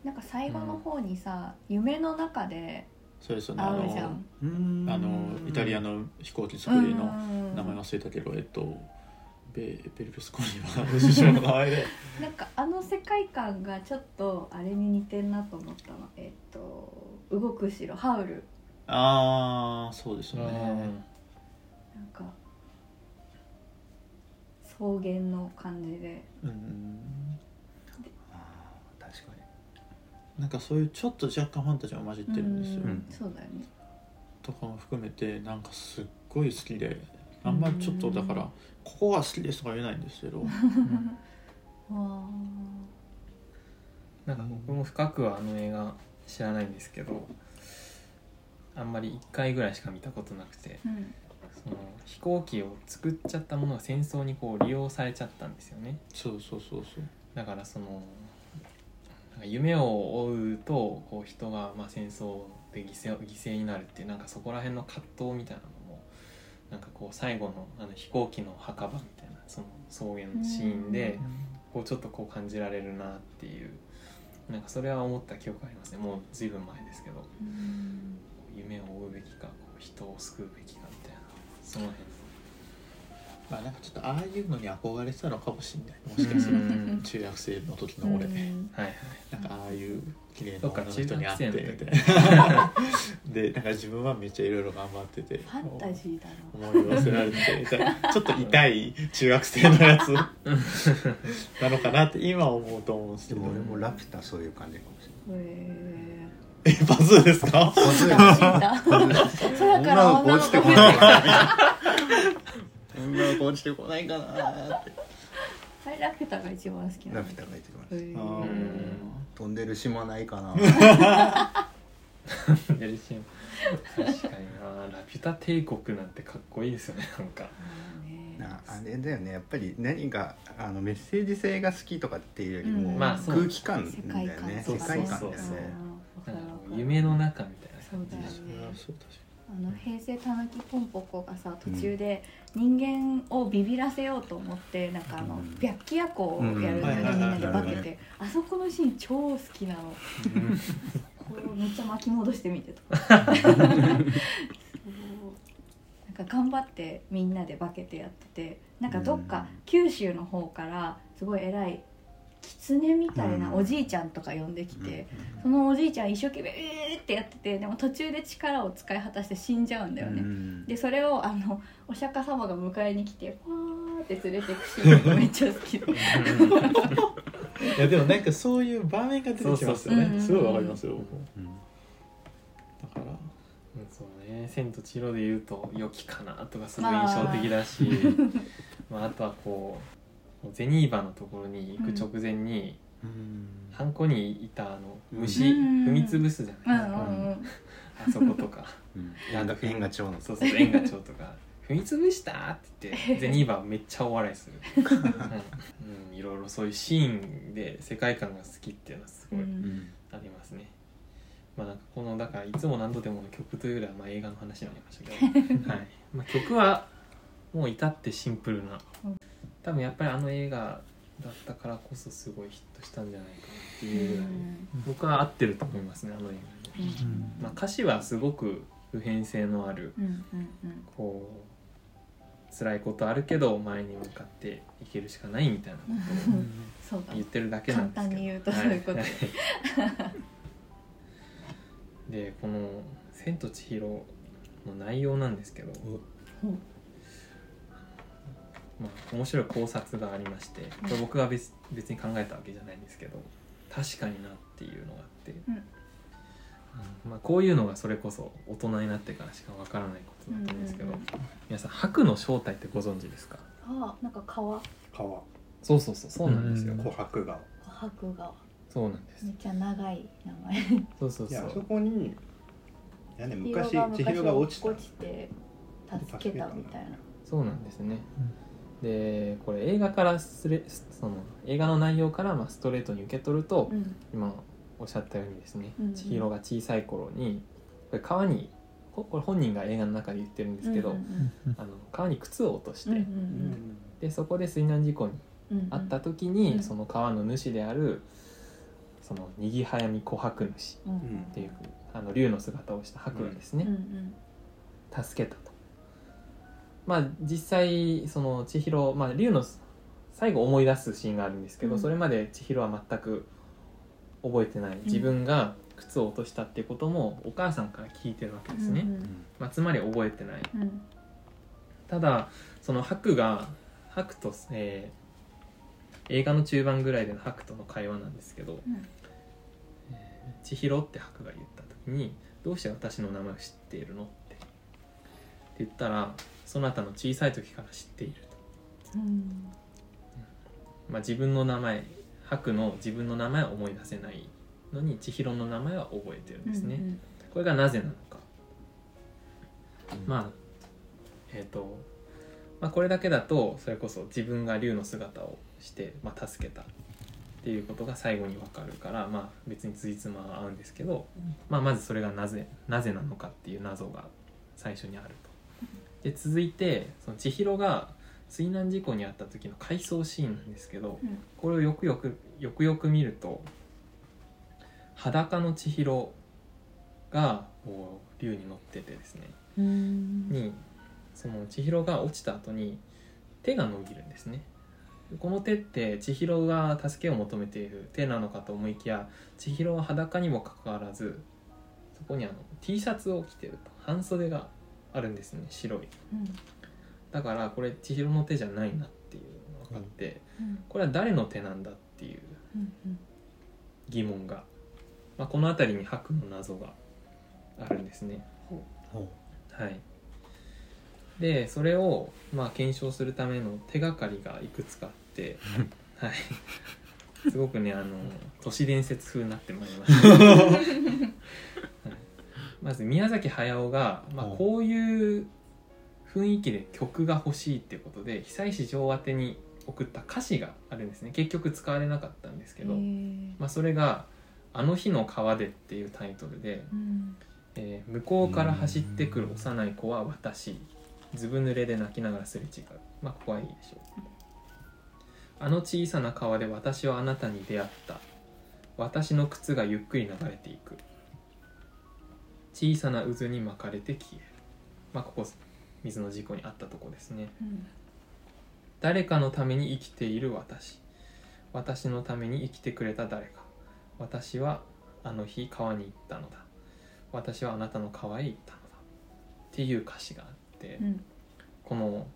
Speaker 2: なんか最後の方にさ、夢の中で
Speaker 4: それですよねあ
Speaker 2: 会うじゃ
Speaker 4: の
Speaker 2: ん
Speaker 1: うん
Speaker 4: あのイタリアの飛行機作
Speaker 2: う
Speaker 4: り
Speaker 2: ん
Speaker 4: の
Speaker 2: うんうん
Speaker 4: 名前忘れたけど、えっとベベルルスコーニは首相の名前で。
Speaker 2: なんかあの世界観がちょっとあれに似てんなと思ったのえっと「動く城ハウル
Speaker 4: ああそうです
Speaker 6: う
Speaker 4: ね
Speaker 6: ん」
Speaker 2: なんか草原の感じで
Speaker 4: うん
Speaker 1: あー確かに
Speaker 4: なんかそういうちょっと若干ファンタジーが混じってるんですよ、
Speaker 2: う
Speaker 1: うん
Speaker 2: そうだよね
Speaker 4: とかも含めてなんかすっごい好きであんまりちょっとだからここが好きですとか言えないんですけど
Speaker 2: わ
Speaker 6: なんか僕も深くはあの映画知らないんですけどあんまり1回ぐらいしか見たことなくて
Speaker 2: ーうん
Speaker 6: その飛行機を作っちゃったものが戦争にこう利用されちゃったんですよね
Speaker 4: そうそうそうそう
Speaker 6: だからそのなんか夢を追うとこう人がまあ戦争で犠牲犠牲になるっていうなんかそこら辺の葛藤みたいなのもなんかこう最後のあの飛行機の墓場みたいなその草原のシーンでこうちょっとこう感じられるなっていうなんかそれは思った記憶ありますねもう随分前ですけど
Speaker 2: うん
Speaker 6: 夢を追うべきかこう人を救うべきかみたいなその辺の
Speaker 4: まあなんかちょっとああいうのに憧れてたのかもしれないもしかす
Speaker 6: う
Speaker 4: ると
Speaker 6: ん
Speaker 4: 中学生の時の俺、
Speaker 2: うん
Speaker 6: はいはい
Speaker 4: なんかああいう綺麗な女の
Speaker 6: そっか
Speaker 4: 人に会って
Speaker 6: 中学生
Speaker 4: みたいなでなんか自分はめっちゃいろいろ頑張ってて
Speaker 2: ファンタジーだな
Speaker 4: 思い忘れられてみたいなちょっと痛い中学生のやつなのかなって今思うと思うんですけ
Speaker 1: で
Speaker 4: ど
Speaker 1: も俺もラピュタそういう感じかもしれない
Speaker 2: へ
Speaker 4: えバズーですか
Speaker 1: まずい
Speaker 2: え
Speaker 1: な
Speaker 2: 空から女の子降ってきた
Speaker 1: 女の子落ちてこないかなって
Speaker 2: あれラピュタが一番好きな
Speaker 1: ラ
Speaker 2: の
Speaker 1: ピュタがいてきま
Speaker 2: へ
Speaker 1: す
Speaker 2: え
Speaker 4: あ
Speaker 1: 飛んでる島ないかな
Speaker 6: やるシーン確かになラピュタ帝国なんてかっこいいですよねなんか
Speaker 1: なあれだよねやっぱり何があのメッセージ性が好きとかっていうよりも、
Speaker 2: うん
Speaker 6: まあそう
Speaker 1: 空気感
Speaker 2: 世
Speaker 1: だ
Speaker 2: 界
Speaker 1: よ
Speaker 2: 観
Speaker 1: ね
Speaker 6: そう
Speaker 1: 世
Speaker 6: そう
Speaker 1: 界観だよね
Speaker 6: そう
Speaker 2: あー
Speaker 6: なんか
Speaker 2: わかるわかる
Speaker 6: 夢の中みたいな
Speaker 2: そう
Speaker 6: 感
Speaker 2: だ
Speaker 6: じ
Speaker 2: よ
Speaker 6: で
Speaker 2: ね
Speaker 4: そう確か
Speaker 2: あの平成たぬきポンポコがさ途中で人間をビビらせようと思ってなんかあの
Speaker 1: うん
Speaker 2: 白鬼夜行をやるんだよね
Speaker 4: うん
Speaker 2: みんなで化
Speaker 1: はい
Speaker 2: け
Speaker 1: はい
Speaker 2: てあそこのシーン超好きなのこれをめっちゃ巻き戻してみてとか そうなんか頑張ってみんなで化けてやっててなんかどっか九州の方からすごい偉い狐みたいなおじいちゃんとか呼んできて。そのおじいちゃん一生懸命「えー!」ってやっててでも途中で力を使い果たして死んじゃうんだよね、
Speaker 1: うん
Speaker 2: でそれをあの お釈迦様が迎えに来てパーって連れてくシーンがめっちゃ好きで
Speaker 4: にいやでもなんかそういう場面が出てきますよ
Speaker 2: そうそうそう
Speaker 4: ねすごいわかりますよ僕も
Speaker 1: うん
Speaker 4: だから
Speaker 6: うんそうね「千と千尋」で言うと「良きかな」とかすごい印象的だ し、まあ、あとはこうゼニーバのところに行く直前に、
Speaker 1: うん
Speaker 6: ハンコにいたあの虫、
Speaker 2: うん
Speaker 6: 踏み潰すじゃ
Speaker 2: う
Speaker 6: ないですか、
Speaker 2: んうんうん
Speaker 6: あそことか
Speaker 1: うん縁が縁が長の
Speaker 6: そうそう縁が長とか「踏み潰した!」って言ってゼニーバめっちゃお笑いする、うんうん、いろいろそういうシーンで世界観が好きっていうのはす
Speaker 2: う
Speaker 6: ごい
Speaker 2: ん
Speaker 6: ありますね、まあなんかこのだからいつも何度でもの曲というよりはまあ映画の話になりました けど、はいまあ、曲はもう至ってシンプルな
Speaker 2: うん
Speaker 6: 多分やっぱりあの映画だったからこそすごいヒットしたんじゃないかなっていうぐらい、僕は合ってると思いますねあの映画に、まあ、歌詞はすごく普遍性のある
Speaker 2: うんうん
Speaker 6: こう辛いことあるけど前に向かっていけるしかないみたいなことを
Speaker 2: そうだ
Speaker 6: 言ってるだけなんですけど
Speaker 2: 簡単に言うとそういうこと
Speaker 6: はい でこの「千と千尋」の内容なんですけど
Speaker 1: お
Speaker 6: こまあ、面白い考察がありましてこれ僕が別別に考えたわけじゃないんですけど確かになっていうのがあって、
Speaker 2: うん
Speaker 6: あのまあ、こういうのがそれこそ大人になってからしかわからないことだと思うんですけど、
Speaker 2: うんうん
Speaker 6: 皆さん白の正体ってご存知ですか
Speaker 5: あなんか川
Speaker 1: 川
Speaker 6: そうそうそうそうなんですよ、
Speaker 1: うん琥珀が
Speaker 5: 琥珀が
Speaker 6: そうなんです
Speaker 2: めっちゃ長い名前
Speaker 6: そうそう
Speaker 1: い
Speaker 6: そ
Speaker 1: やあ
Speaker 6: う
Speaker 1: そこにいやね
Speaker 5: 千
Speaker 1: 昔
Speaker 5: 尋
Speaker 1: 千尋が落ちた
Speaker 5: 落ちて助けたみたいな
Speaker 6: そうなんですね、でこれ映画からすれその映画の内容からまあストレートに受け取ると、
Speaker 5: うん
Speaker 6: 今おっしゃったようにですね、
Speaker 5: うんうん
Speaker 6: 千尋が小さい頃にこれ川にここれ本人が映画の中で言ってるんですけど、
Speaker 5: うんうん
Speaker 6: あの川に靴を落として、
Speaker 5: うんうん
Speaker 1: うん
Speaker 6: でそこで水難事故に
Speaker 5: うんうん
Speaker 6: 遭った時に、
Speaker 5: うん
Speaker 6: その川の主であるそのにぎはやみ琥珀主
Speaker 5: うん
Speaker 1: うん
Speaker 6: っていうあの竜の姿をした白がですね、
Speaker 5: うん
Speaker 6: 助けたとまあ実際その千尋、まあ、竜の最後思い出すシーンがあるんですけど、
Speaker 5: うん
Speaker 6: それまで千尋は全く覚えてない自分が靴を落としたっていうこともお母さんから聞いてるわけですね、まあ、つまり覚えてない
Speaker 5: うんうん
Speaker 6: ただその白が白と、えー映画の中盤ぐらいでの白との会話なんですけど、
Speaker 2: うん
Speaker 6: えー千尋って白が言った時に「どうして私の名前を知っているの?」ってって言ったら「そなたの小さい時から知っている」と、
Speaker 2: うん
Speaker 6: まあ、自分の名前白の自分の名前は思い出せないのに千尋の名前は覚えてるんですね、
Speaker 2: うん
Speaker 6: これがなぜなのか、まあえっ、と、まあ、これだけだとそれこそ自分が竜の姿をして、まあ、助けたっていうことが最後にわかるから、まあ、別についつまは合うんですけど、まあ、まずそれがなぜなぜなのかっていう謎が最初にあると。で続いてその千尋が水難事故に遭った時の回想シーンなんですけど、
Speaker 2: うん
Speaker 6: これをよくよくよくよく見ると裸の千尋がこう竜に乗っててですね
Speaker 5: うん
Speaker 6: にその千尋が落ちた後に手が伸びるんですねこの手って千尋が助けを求めている手なのかと思いきや千尋は裸にもかかわらずそこにあの T シャツを着てると半袖があるんですね白い
Speaker 2: うん
Speaker 6: だからこれ千尋の手じゃないなっていうのが分かって、
Speaker 2: うん
Speaker 6: これは誰の手なんだっていう
Speaker 2: うん
Speaker 6: 疑問が、まあ、この辺りに白の謎があるんですね
Speaker 1: ほ
Speaker 6: はい、でそれをまあ検証するための手がかりがいくつかあ って、はい、すごくねあの都市伝説風になってまいりました、はいまず宮崎駿が、まあ、
Speaker 1: うん
Speaker 6: こういう雰囲気で曲が欲しいってことで久石譲宛てに送った歌詞があるんですね結局使われなかったんですけど、
Speaker 2: うん
Speaker 6: まあ、それが「あの日の川で」っていうタイトルで、
Speaker 2: うん
Speaker 6: えー向こうから走ってくる幼い子は私ずぶ濡れで泣きながらすれ違うまあここはいいでしょうあの小さな川で私はあなたに出会った私の靴がゆっくり流れていく小さな渦に巻かれて消えるまあここ水の事故にあったとこですね
Speaker 2: うん
Speaker 6: 誰かのために生きている私私のために生きてくれた誰か私はあの日川に行ったのだ私はあなたの川へ行ったのだっていう歌詞があって、
Speaker 2: うん
Speaker 6: この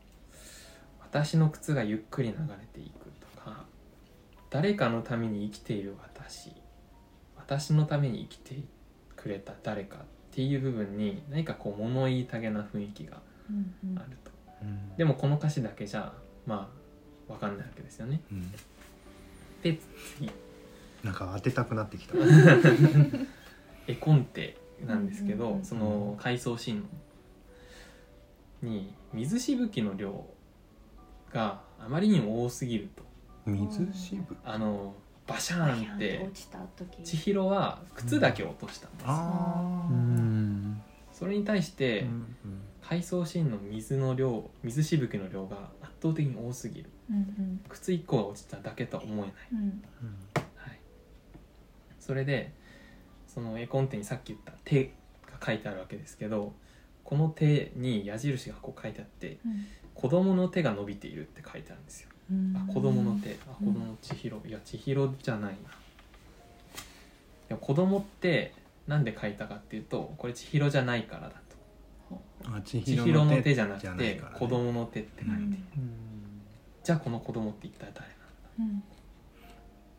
Speaker 6: 「私の靴がゆっくり流れていく」とか「誰かのために生きている私私のために生きてくれた誰か」っていう部分に何かこう物言いたげな雰囲気が
Speaker 2: うんうん
Speaker 6: あると。
Speaker 1: ううん
Speaker 6: でもこの歌詞だけじゃまあわかんないわけですよね。
Speaker 1: うん
Speaker 6: で次
Speaker 1: なんか当てたくなってきた
Speaker 6: 絵コンテなんですけど、
Speaker 2: うんうんうん
Speaker 6: その回想シーンに水しぶきの量があまりにも多すぎると
Speaker 1: 水しぶき
Speaker 6: あのバシャ
Speaker 2: パシ
Speaker 6: ーン
Speaker 2: ャン
Speaker 6: っ
Speaker 2: って
Speaker 6: て
Speaker 2: 落ちた時
Speaker 6: 千尋は靴だけ落としたんです、
Speaker 1: あー
Speaker 6: んそれに対して
Speaker 1: うん
Speaker 6: 回想シーンの水の量水しぶきの量が圧倒的に多すぎる
Speaker 2: うんうん
Speaker 6: 靴1個が落ちただけとは思えない
Speaker 2: うん
Speaker 1: うん
Speaker 6: はい、それでその絵コンテにさっき言った「手」が書いてあるわけですけどこの手に矢印がこう書いてあって「子供の手が伸びている」って書いてあるんですよ。
Speaker 2: うん
Speaker 6: あ子供の手あ子供の千尋いや千尋じゃないな。いや子供ってなんで書いたかっていうとこれ千尋じゃないからだと
Speaker 1: あ千
Speaker 6: 千
Speaker 1: 尋
Speaker 6: 尋
Speaker 1: の
Speaker 6: の
Speaker 1: 手
Speaker 6: 手じゃなくて
Speaker 1: からね
Speaker 6: 子供の手って書いて、
Speaker 2: うん
Speaker 6: るじゃあこの子供って一体誰なんだ、
Speaker 2: うん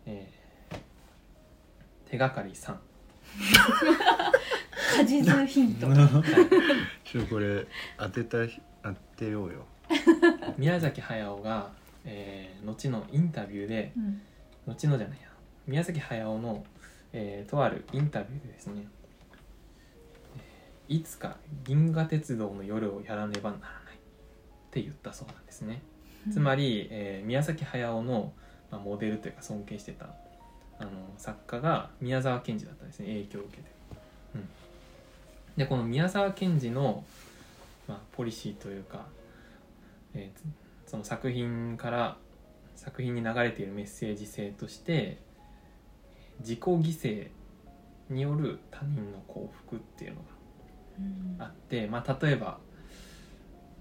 Speaker 6: えー手がかり3
Speaker 2: 果実ヒント
Speaker 1: ちょっとこれ当てたひ当てようよ
Speaker 6: 宮崎駿が、えー後のインタビューで
Speaker 2: うん
Speaker 6: 後のじゃないや宮崎駿の、えーとあるインタビューでですね「えーいつか銀河鉄道の夜をやらねばならない」って言ったそうなんですねつまり、えー宮崎駿の、まあ、モデルというか尊敬してたあの作家が宮沢賢治だったんですね影響を受けて、うん、でこの宮沢賢治の、まあ、ポリシーというか、えーつその作品から作品に流れているメッセージ性として自己犠牲による他人の幸福っていうの
Speaker 2: うん
Speaker 6: があって、まあ、例えば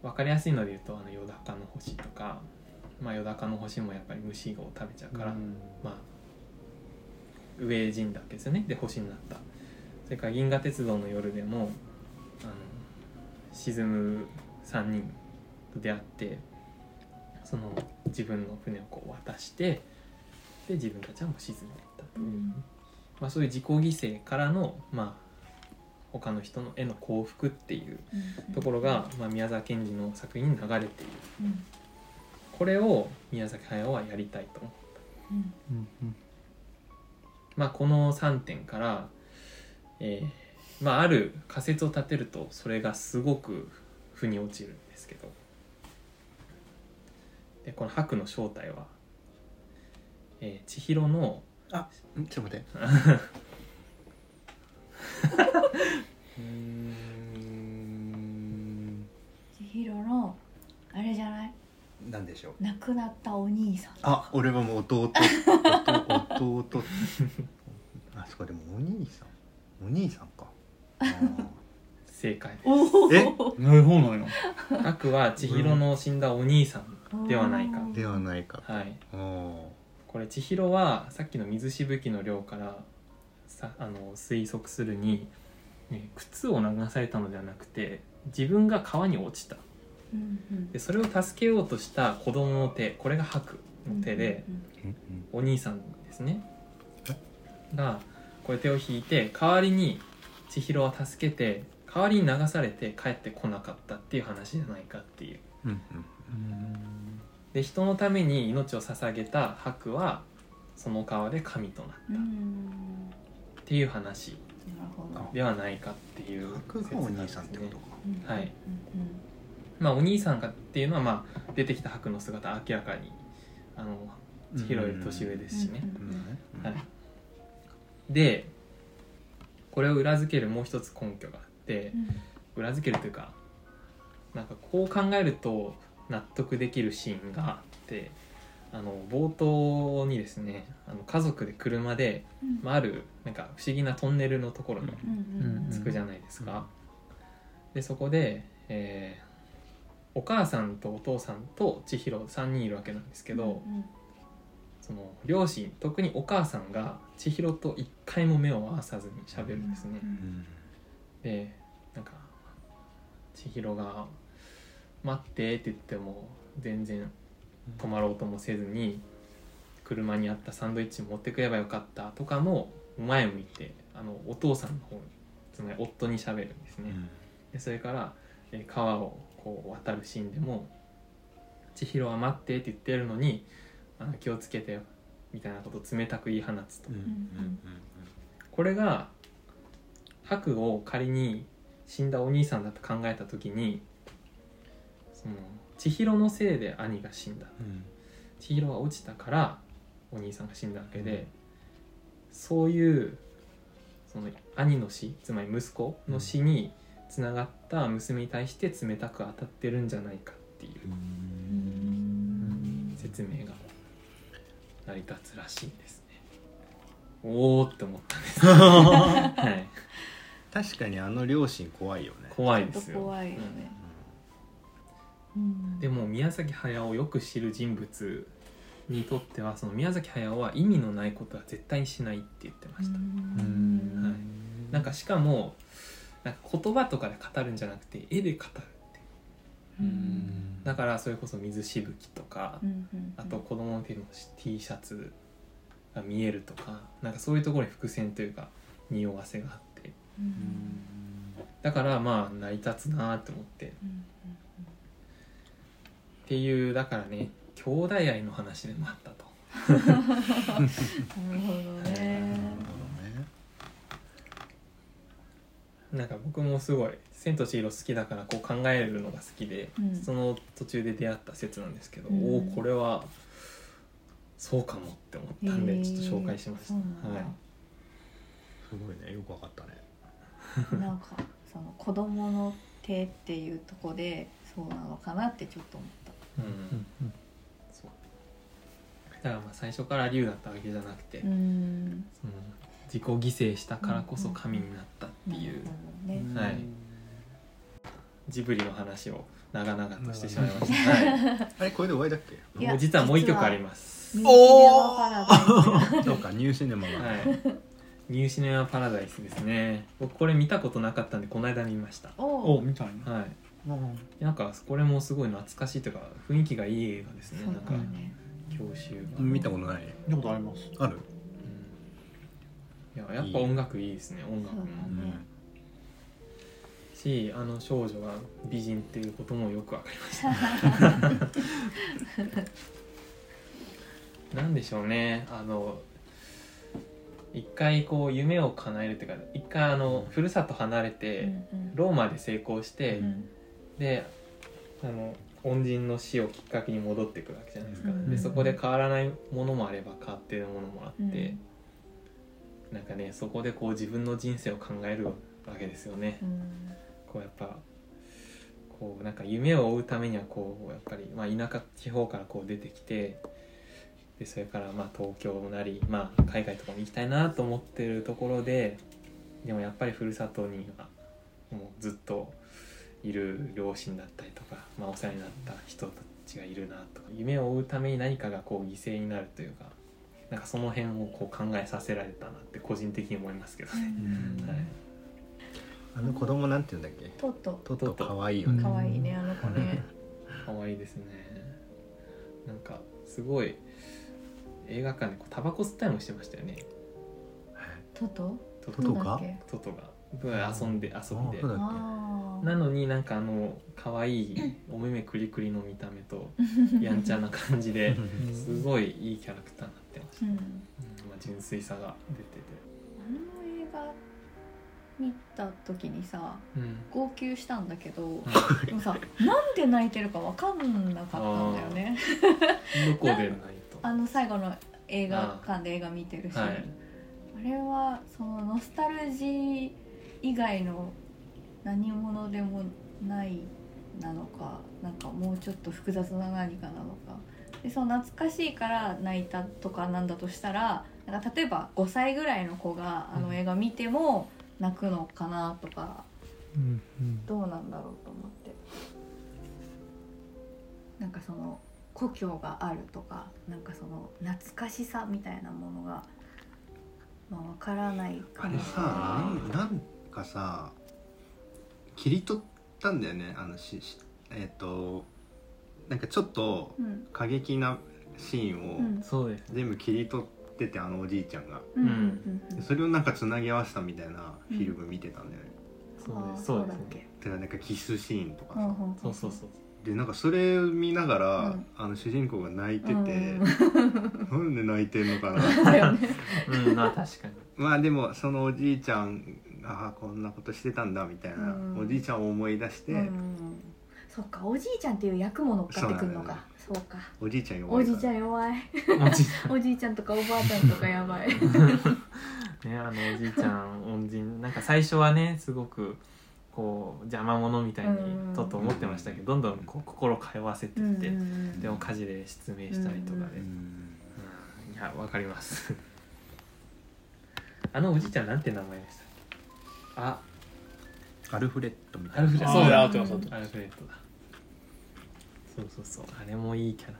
Speaker 6: 分かりやすいので言うと「あの夜中の星」とか「まあ、夜中の星」もやっぱり虫を食べちゃうから、まあ、上陣だけですよねで星になったそれから「銀河鉄道の夜」でもあの沈む3人と出会ってその自分の船をこう渡してで自分たちはもう沈んでいったという、
Speaker 2: うん
Speaker 6: まあ、そういう自己犠牲からのまあ他の人のへの幸福っていうところが、まあ、宮沢賢治の作品に流れている
Speaker 2: うん
Speaker 6: これを宮崎駿はやりたいと思う
Speaker 2: うん
Speaker 6: まあ、この3点から、えーまあ、ある仮説を立てるとそれがすごく腑に落ちるんですけどでこの白の正体は、えー、千尋の
Speaker 1: んちょっと待ってうーん
Speaker 2: 千尋のあれじゃない
Speaker 1: なんでしょう
Speaker 2: 亡くなったお兄さん
Speaker 1: あ俺はもう弟弟 弟あそこでもお兄さんお兄さんかあー
Speaker 6: 正解で
Speaker 1: え
Speaker 4: なるほどなんや
Speaker 6: す白は千尋の死んだお兄さん、ではないか
Speaker 1: ではないか
Speaker 6: はい、
Speaker 1: あー
Speaker 6: これ千尋はさっきの水しぶきの量からさあの推測するに、ね靴を流されたのではなくて自分が川に落ちた
Speaker 2: うんうん
Speaker 6: でそれを助けようとした子供の手これが白の手で、
Speaker 2: うん
Speaker 1: うん
Speaker 6: お兄さんですねがこれ手を引いて代わりに千尋は助けて代わりに流されて帰ってこなかったっていう話じゃないかっていう
Speaker 1: うんうん
Speaker 6: で人のために命を捧げた白はその川で神となっ
Speaker 2: うんう
Speaker 6: た
Speaker 2: んな
Speaker 6: っていう話
Speaker 2: るほど
Speaker 6: ではないかっていう
Speaker 1: うん白がお兄さんってことか
Speaker 2: うん
Speaker 6: はい
Speaker 2: うんうん
Speaker 6: まあお兄さんがっていうのは、まあ、出てきた白の姿は明らかにあの千尋より年上ですしね、
Speaker 2: うん
Speaker 1: うんね
Speaker 6: はい、でこれを裏付けるもう一つ根拠があって裏付けるというかなんかこう考えると納得できるシーンがあってあの冒頭にですねあの家族で車で、
Speaker 2: うん
Speaker 6: まあ、あるなんか不思議なトンネルのところに
Speaker 2: うんうん
Speaker 6: 着くじゃないですか。でそこで、えーお母さんとお父さんと千尋3人いるわけなんですけど、
Speaker 2: うん
Speaker 6: その両親特にお母さんが千尋と一回も目を合わさずに喋るんですね
Speaker 2: う。
Speaker 1: うんん
Speaker 6: でなんか千尋が「待って」って言っても全然止まろうともせずに車にあったサンドイッチ持ってくればよかったとかも前を向いてあのお父さんの方につまり夫に喋るんですね。でそれから、えー川をこう渡るシーンでも「千尋は待って」って言ってるのに「あの気をつけてよ」みたいなことを冷たく言い放つと
Speaker 1: うんうんうん
Speaker 6: これが白を仮に死んだお兄さんだと考えた時にその千尋のせいで兄が死んだ
Speaker 1: うん
Speaker 6: 千尋は落ちたからお兄さんが死んだわけで、そういうその兄の死つまり息子の死につながった娘に対して冷たく当たってるんじゃないかっていう説明が成り立つらしいんですね。おおって思ったん です、はい、
Speaker 1: 確かにあの両親怖いよね
Speaker 6: 怖いで
Speaker 2: ちょっ
Speaker 6: す
Speaker 2: と
Speaker 6: よ。
Speaker 2: 怖いよ
Speaker 6: うん
Speaker 2: ね
Speaker 5: うん
Speaker 6: でも宮崎駿をよく知る人物にとってはその宮崎駿は意味のないことは絶対にしないって言ってました。
Speaker 1: うん
Speaker 6: はいなんかしかもなんか言葉とかで語るんじゃなくて絵で語るって
Speaker 2: うん
Speaker 6: だからそれこそ水しぶきとか、
Speaker 2: うんうん
Speaker 6: あと子供の手の T シャツが見えるとかなんかそういうところに伏線というか匂わせがあって
Speaker 2: うん
Speaker 6: だからまあ成り立つなと思ってっ
Speaker 2: うん
Speaker 6: ていうだからね兄弟愛の話でもあったと
Speaker 2: うんなるほどね
Speaker 6: なんか僕もすごい「千と千尋」好きだからこう考えるのが好きで、
Speaker 2: うん
Speaker 6: その途中で出会った説なんですけど、
Speaker 2: うん
Speaker 6: おおこれはそうかもって思ったんで
Speaker 2: へー
Speaker 6: ちょっと紹介しました、
Speaker 2: そうなん
Speaker 6: は
Speaker 2: だ
Speaker 6: い
Speaker 1: すごいねよくわかったね
Speaker 2: なんかその子供の手っていうとこでそうなのかなってちょっと思った
Speaker 6: うんそうだからまあ最初から竜だったわけじゃなくて、
Speaker 2: うん
Speaker 6: その自己犠牲したからこそ神になったって
Speaker 2: な
Speaker 6: いう、
Speaker 2: るほどね
Speaker 6: はいジブリの話を長々としてしまいま した、はい
Speaker 1: あれこれで終わりだっけ
Speaker 2: いや
Speaker 6: 実はもう一曲あります
Speaker 2: ニューシネマパラダイス
Speaker 1: そうかニューシネマが、
Speaker 6: はい。ニューシネマパラダイスですね。僕これ見たことなかったんでこの間見ました。
Speaker 2: お
Speaker 4: お
Speaker 2: う
Speaker 4: みたいな
Speaker 6: はい。
Speaker 1: うん
Speaker 6: なんかこれもすごい懐かしいというか雰囲気がいい映画ですね。
Speaker 2: そ
Speaker 6: な
Speaker 2: うんだ
Speaker 6: か
Speaker 2: ね
Speaker 6: 教習が。うん、い
Speaker 1: 見たことない
Speaker 4: 見たことあります
Speaker 1: ある、
Speaker 6: ややっぱ音楽いいですね。音楽も
Speaker 2: そうだ
Speaker 1: う
Speaker 2: ね
Speaker 1: ん、
Speaker 6: し、あの少女が美人っていうこともよくわかりま した。なんでしょうね。あの。一回こう夢を叶えるっていうか一回あのふるさと離れ
Speaker 2: う
Speaker 6: て
Speaker 2: んうん
Speaker 6: ローマで成功して、
Speaker 2: うん
Speaker 6: であの恩人の死をきっかけに戻ってくるわけじゃないですか、
Speaker 2: うん
Speaker 6: でそこで変わらないものもあれば変わってるものもあって、なんかねそこでこう自分の人生を考えるわけですよね、
Speaker 2: うん
Speaker 6: こうやっぱこうなんか夢を追うためにはこうやっぱり、まあ、田舎地方からこう出てきてでそれからまあ東京なり、まあ、海外とかも行きたいなと思ってるところででもやっぱりふるさとにはもうずっといる両親だったりとか、まあ、お世話になった人たちがいるなとか夢を追うために何かがこう犠牲になるというかなんかその辺をこう考えさせられたなって個人的に思いますけど
Speaker 2: う
Speaker 6: ね。
Speaker 2: ん
Speaker 6: はい
Speaker 1: あの子供なんて言うんだっけ
Speaker 2: トト
Speaker 1: トット可愛いよね、
Speaker 2: 可愛いねあの子ね
Speaker 6: 可愛いですねなんかすごい映画館でこうタバコ吸ったりもしてましたよね
Speaker 2: トト
Speaker 6: トト
Speaker 1: トト
Speaker 2: だっ
Speaker 1: か
Speaker 2: け
Speaker 6: トトがぶ遊んで遊びで
Speaker 1: あそうだっ
Speaker 2: あ
Speaker 6: なのになんかあの可愛いお目目くりくりの見た目 とやんちゃな感じ
Speaker 1: け
Speaker 6: で
Speaker 4: うん
Speaker 6: すごいいいキャラクターになってまし
Speaker 2: う
Speaker 6: た、
Speaker 2: ん
Speaker 6: うんまあ、純粋さが出てて、
Speaker 2: あの映画見た時にさ
Speaker 6: うん、
Speaker 2: 号泣したんだけどでもさなんで泣いてるかわかんなかったんだよね
Speaker 6: どこでないと
Speaker 2: あの最後の映画館で映画見てるし、
Speaker 6: はい
Speaker 2: あれはそのノスタルジー以外の何者でもないなのかなんかもうちょっと複雑な何かなのかでその懐かしいから泣いたとかなんだとしたらなんか例えば5歳ぐらいの子があの映画見ても泣くのかなとか、どうなんだろうと思ってなんかその故郷があるとかなんかその懐かしさみたいなものが、まあ、分からない
Speaker 1: あ
Speaker 2: か
Speaker 1: れ
Speaker 2: も
Speaker 1: さなんなんかさ切り取ったんだよねあのししえっ、となんかちょっと
Speaker 2: うん
Speaker 1: 過激なシー
Speaker 2: う
Speaker 1: ンを
Speaker 2: ん
Speaker 6: そうです
Speaker 1: 全部切り取っててあのおじいちゃんが
Speaker 2: うんうん
Speaker 1: でそれをなんかつなぎ合わせたみたいなフィルム見てたんだよね、
Speaker 6: そう
Speaker 2: あ
Speaker 6: で
Speaker 2: ー
Speaker 6: すそうで
Speaker 2: だっ
Speaker 6: す
Speaker 2: け
Speaker 6: ね
Speaker 1: でなんかキスシーンとか
Speaker 2: う
Speaker 1: さ、
Speaker 2: んうん
Speaker 6: そうそうそう
Speaker 1: でなんかそれ見ながら、
Speaker 2: うん
Speaker 1: あの主人公が泣いてて、
Speaker 2: うん
Speaker 1: なんで泣いてんの かな
Speaker 2: だよね
Speaker 6: うんまあ確かに
Speaker 1: まあでもそのおじいちゃんああこんなことしてたんだみたいな、
Speaker 2: うん
Speaker 1: おじいちゃんを思い出して、
Speaker 2: うんそっかおじいちゃんっていう役も乗っかってくるのかそう,、か
Speaker 1: おじいちゃん弱
Speaker 2: お
Speaker 1: いか
Speaker 2: じ
Speaker 1: ら
Speaker 2: いちゃん弱い
Speaker 6: マジで
Speaker 2: おじいちゃんとかおばあちゃんとかやばい
Speaker 6: ね、あのおじいちゃん恩人なんか最初はねすごくこう邪魔者みたいにとっと思ってましたけどどんどんこう心を通わせて
Speaker 2: う
Speaker 6: いっ
Speaker 2: ん
Speaker 6: て、
Speaker 2: うん
Speaker 6: でも火事で失明したりとかで、うん
Speaker 1: うん
Speaker 6: いやわかります あのおじいちゃんなんて名前でしたっけあ
Speaker 1: アルフレッドみた
Speaker 6: ア
Speaker 1: い
Speaker 6: ル
Speaker 1: な
Speaker 6: フレッ
Speaker 4: あ
Speaker 6: ドそう
Speaker 4: ー
Speaker 6: だ
Speaker 4: 合
Speaker 6: ア
Speaker 4: ってます合ってます
Speaker 6: ルフレッドだそうそうそうあれもいいキャラク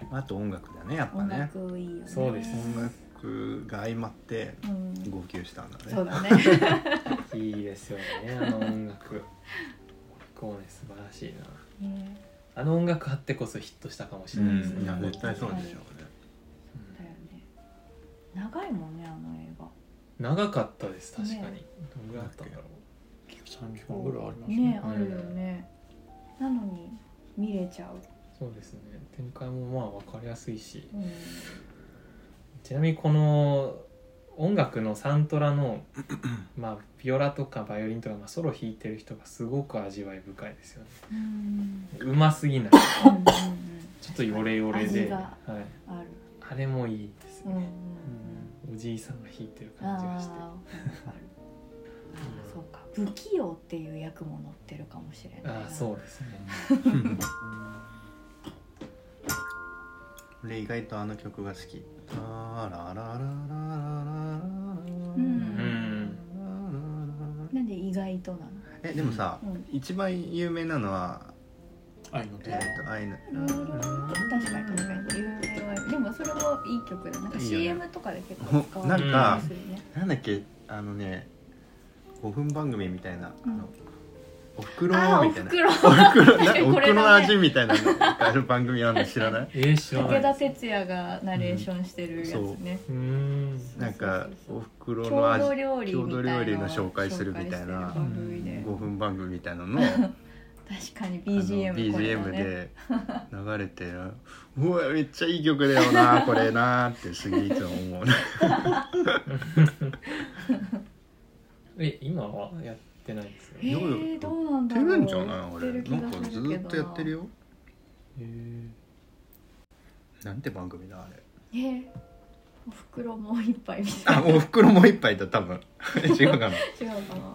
Speaker 6: ター
Speaker 1: あと音楽だねやっぱ
Speaker 2: 音
Speaker 1: ね
Speaker 2: 楽いいよね
Speaker 6: そうです
Speaker 1: 音楽が相まって
Speaker 2: うん
Speaker 1: 号泣したんだね
Speaker 2: そうだね
Speaker 6: いいですよねあの音楽構ね素晴らしいな
Speaker 2: ね
Speaker 6: あの音楽あってこそヒットしたかもし
Speaker 1: う
Speaker 6: れないですね、
Speaker 1: ん、いや
Speaker 6: うん
Speaker 1: 絶対そうでしょうね
Speaker 2: だよね長いもんねあの映画
Speaker 6: 長かったです確かに、
Speaker 2: ね
Speaker 6: どんぐらいあったんだろ
Speaker 4: 3時間ぐらいありますね
Speaker 2: ねあるよね、なのに見れちゃう、
Speaker 6: うそうですね展開もまあ分かりやすいし
Speaker 2: うん、
Speaker 6: ちなみにこの音楽のサントラのまあビオラとかバイオリンとか、まあ、ソロ弾いてる人がすごく味わい深いですよね
Speaker 2: うんうん
Speaker 6: うますぎない
Speaker 2: うんうん
Speaker 6: ちょっとヨレヨレ
Speaker 2: 味
Speaker 6: で、はい
Speaker 2: が、ある
Speaker 6: あれもいいです
Speaker 2: うんうんう
Speaker 6: ね、
Speaker 2: ん
Speaker 6: おじいさんが弾いてる
Speaker 2: あ
Speaker 6: 感じがしてあ
Speaker 2: ーわかるあーそうか不器用っていう役も載ってるかもしれない
Speaker 6: あーそうですね
Speaker 1: 俺意外とあの曲が好きあららららららら
Speaker 2: うんなんで意外となの
Speaker 1: えでもさ、
Speaker 2: うん
Speaker 1: 一番有名なのは
Speaker 4: 愛の手
Speaker 1: えっと愛の
Speaker 2: 確かに確かに有名はでもそれもいい曲だなんか
Speaker 1: いいよね
Speaker 2: CM とかで結構使われ
Speaker 1: なん
Speaker 2: た
Speaker 1: か
Speaker 2: りするね
Speaker 1: なんだっけあのね5分番組みたいな、
Speaker 2: うん
Speaker 1: あのおふくろ
Speaker 2: あーお
Speaker 1: みたい
Speaker 2: ふ
Speaker 1: な
Speaker 2: くろ
Speaker 1: おふく ろなんかお
Speaker 2: こ
Speaker 1: ふ
Speaker 2: れだね
Speaker 1: くろの味みたいなのなんかある番組あるの 知らない
Speaker 6: えー、知らな
Speaker 2: 武
Speaker 6: いで
Speaker 2: 田
Speaker 6: す
Speaker 2: 鉄矢がナレーションしてるやつね、
Speaker 6: うーん
Speaker 1: なんか
Speaker 2: そうそ
Speaker 1: お
Speaker 2: う
Speaker 1: ふくろ
Speaker 2: そう
Speaker 1: の
Speaker 2: 郷土
Speaker 1: 味
Speaker 2: 料理みたいな
Speaker 1: 郷土料理の紹介するみたいな
Speaker 2: 紹介してる番組で
Speaker 1: 5分番組みたいな のの
Speaker 2: 確かに
Speaker 1: あの
Speaker 2: BGM これだ
Speaker 1: BGM
Speaker 2: ね
Speaker 1: で流れて「うわめっちゃいい曲だよなこれな」ってすげえいつも思 うね
Speaker 6: え今はやってないんですよ
Speaker 2: え
Speaker 6: ね
Speaker 2: ー、どうなんだ
Speaker 1: やって
Speaker 2: ろう
Speaker 1: るんじゃない
Speaker 2: や
Speaker 1: 俺
Speaker 2: ってる気
Speaker 1: なん
Speaker 2: が
Speaker 1: か
Speaker 2: す
Speaker 1: ず
Speaker 2: るけど
Speaker 1: っとやってるよ
Speaker 6: えー
Speaker 1: なんて番組だあれ
Speaker 2: えーお袋もう一杯みたい
Speaker 1: あ
Speaker 2: な
Speaker 1: おふくろもう一杯だ多分 違うかな
Speaker 2: 違うかな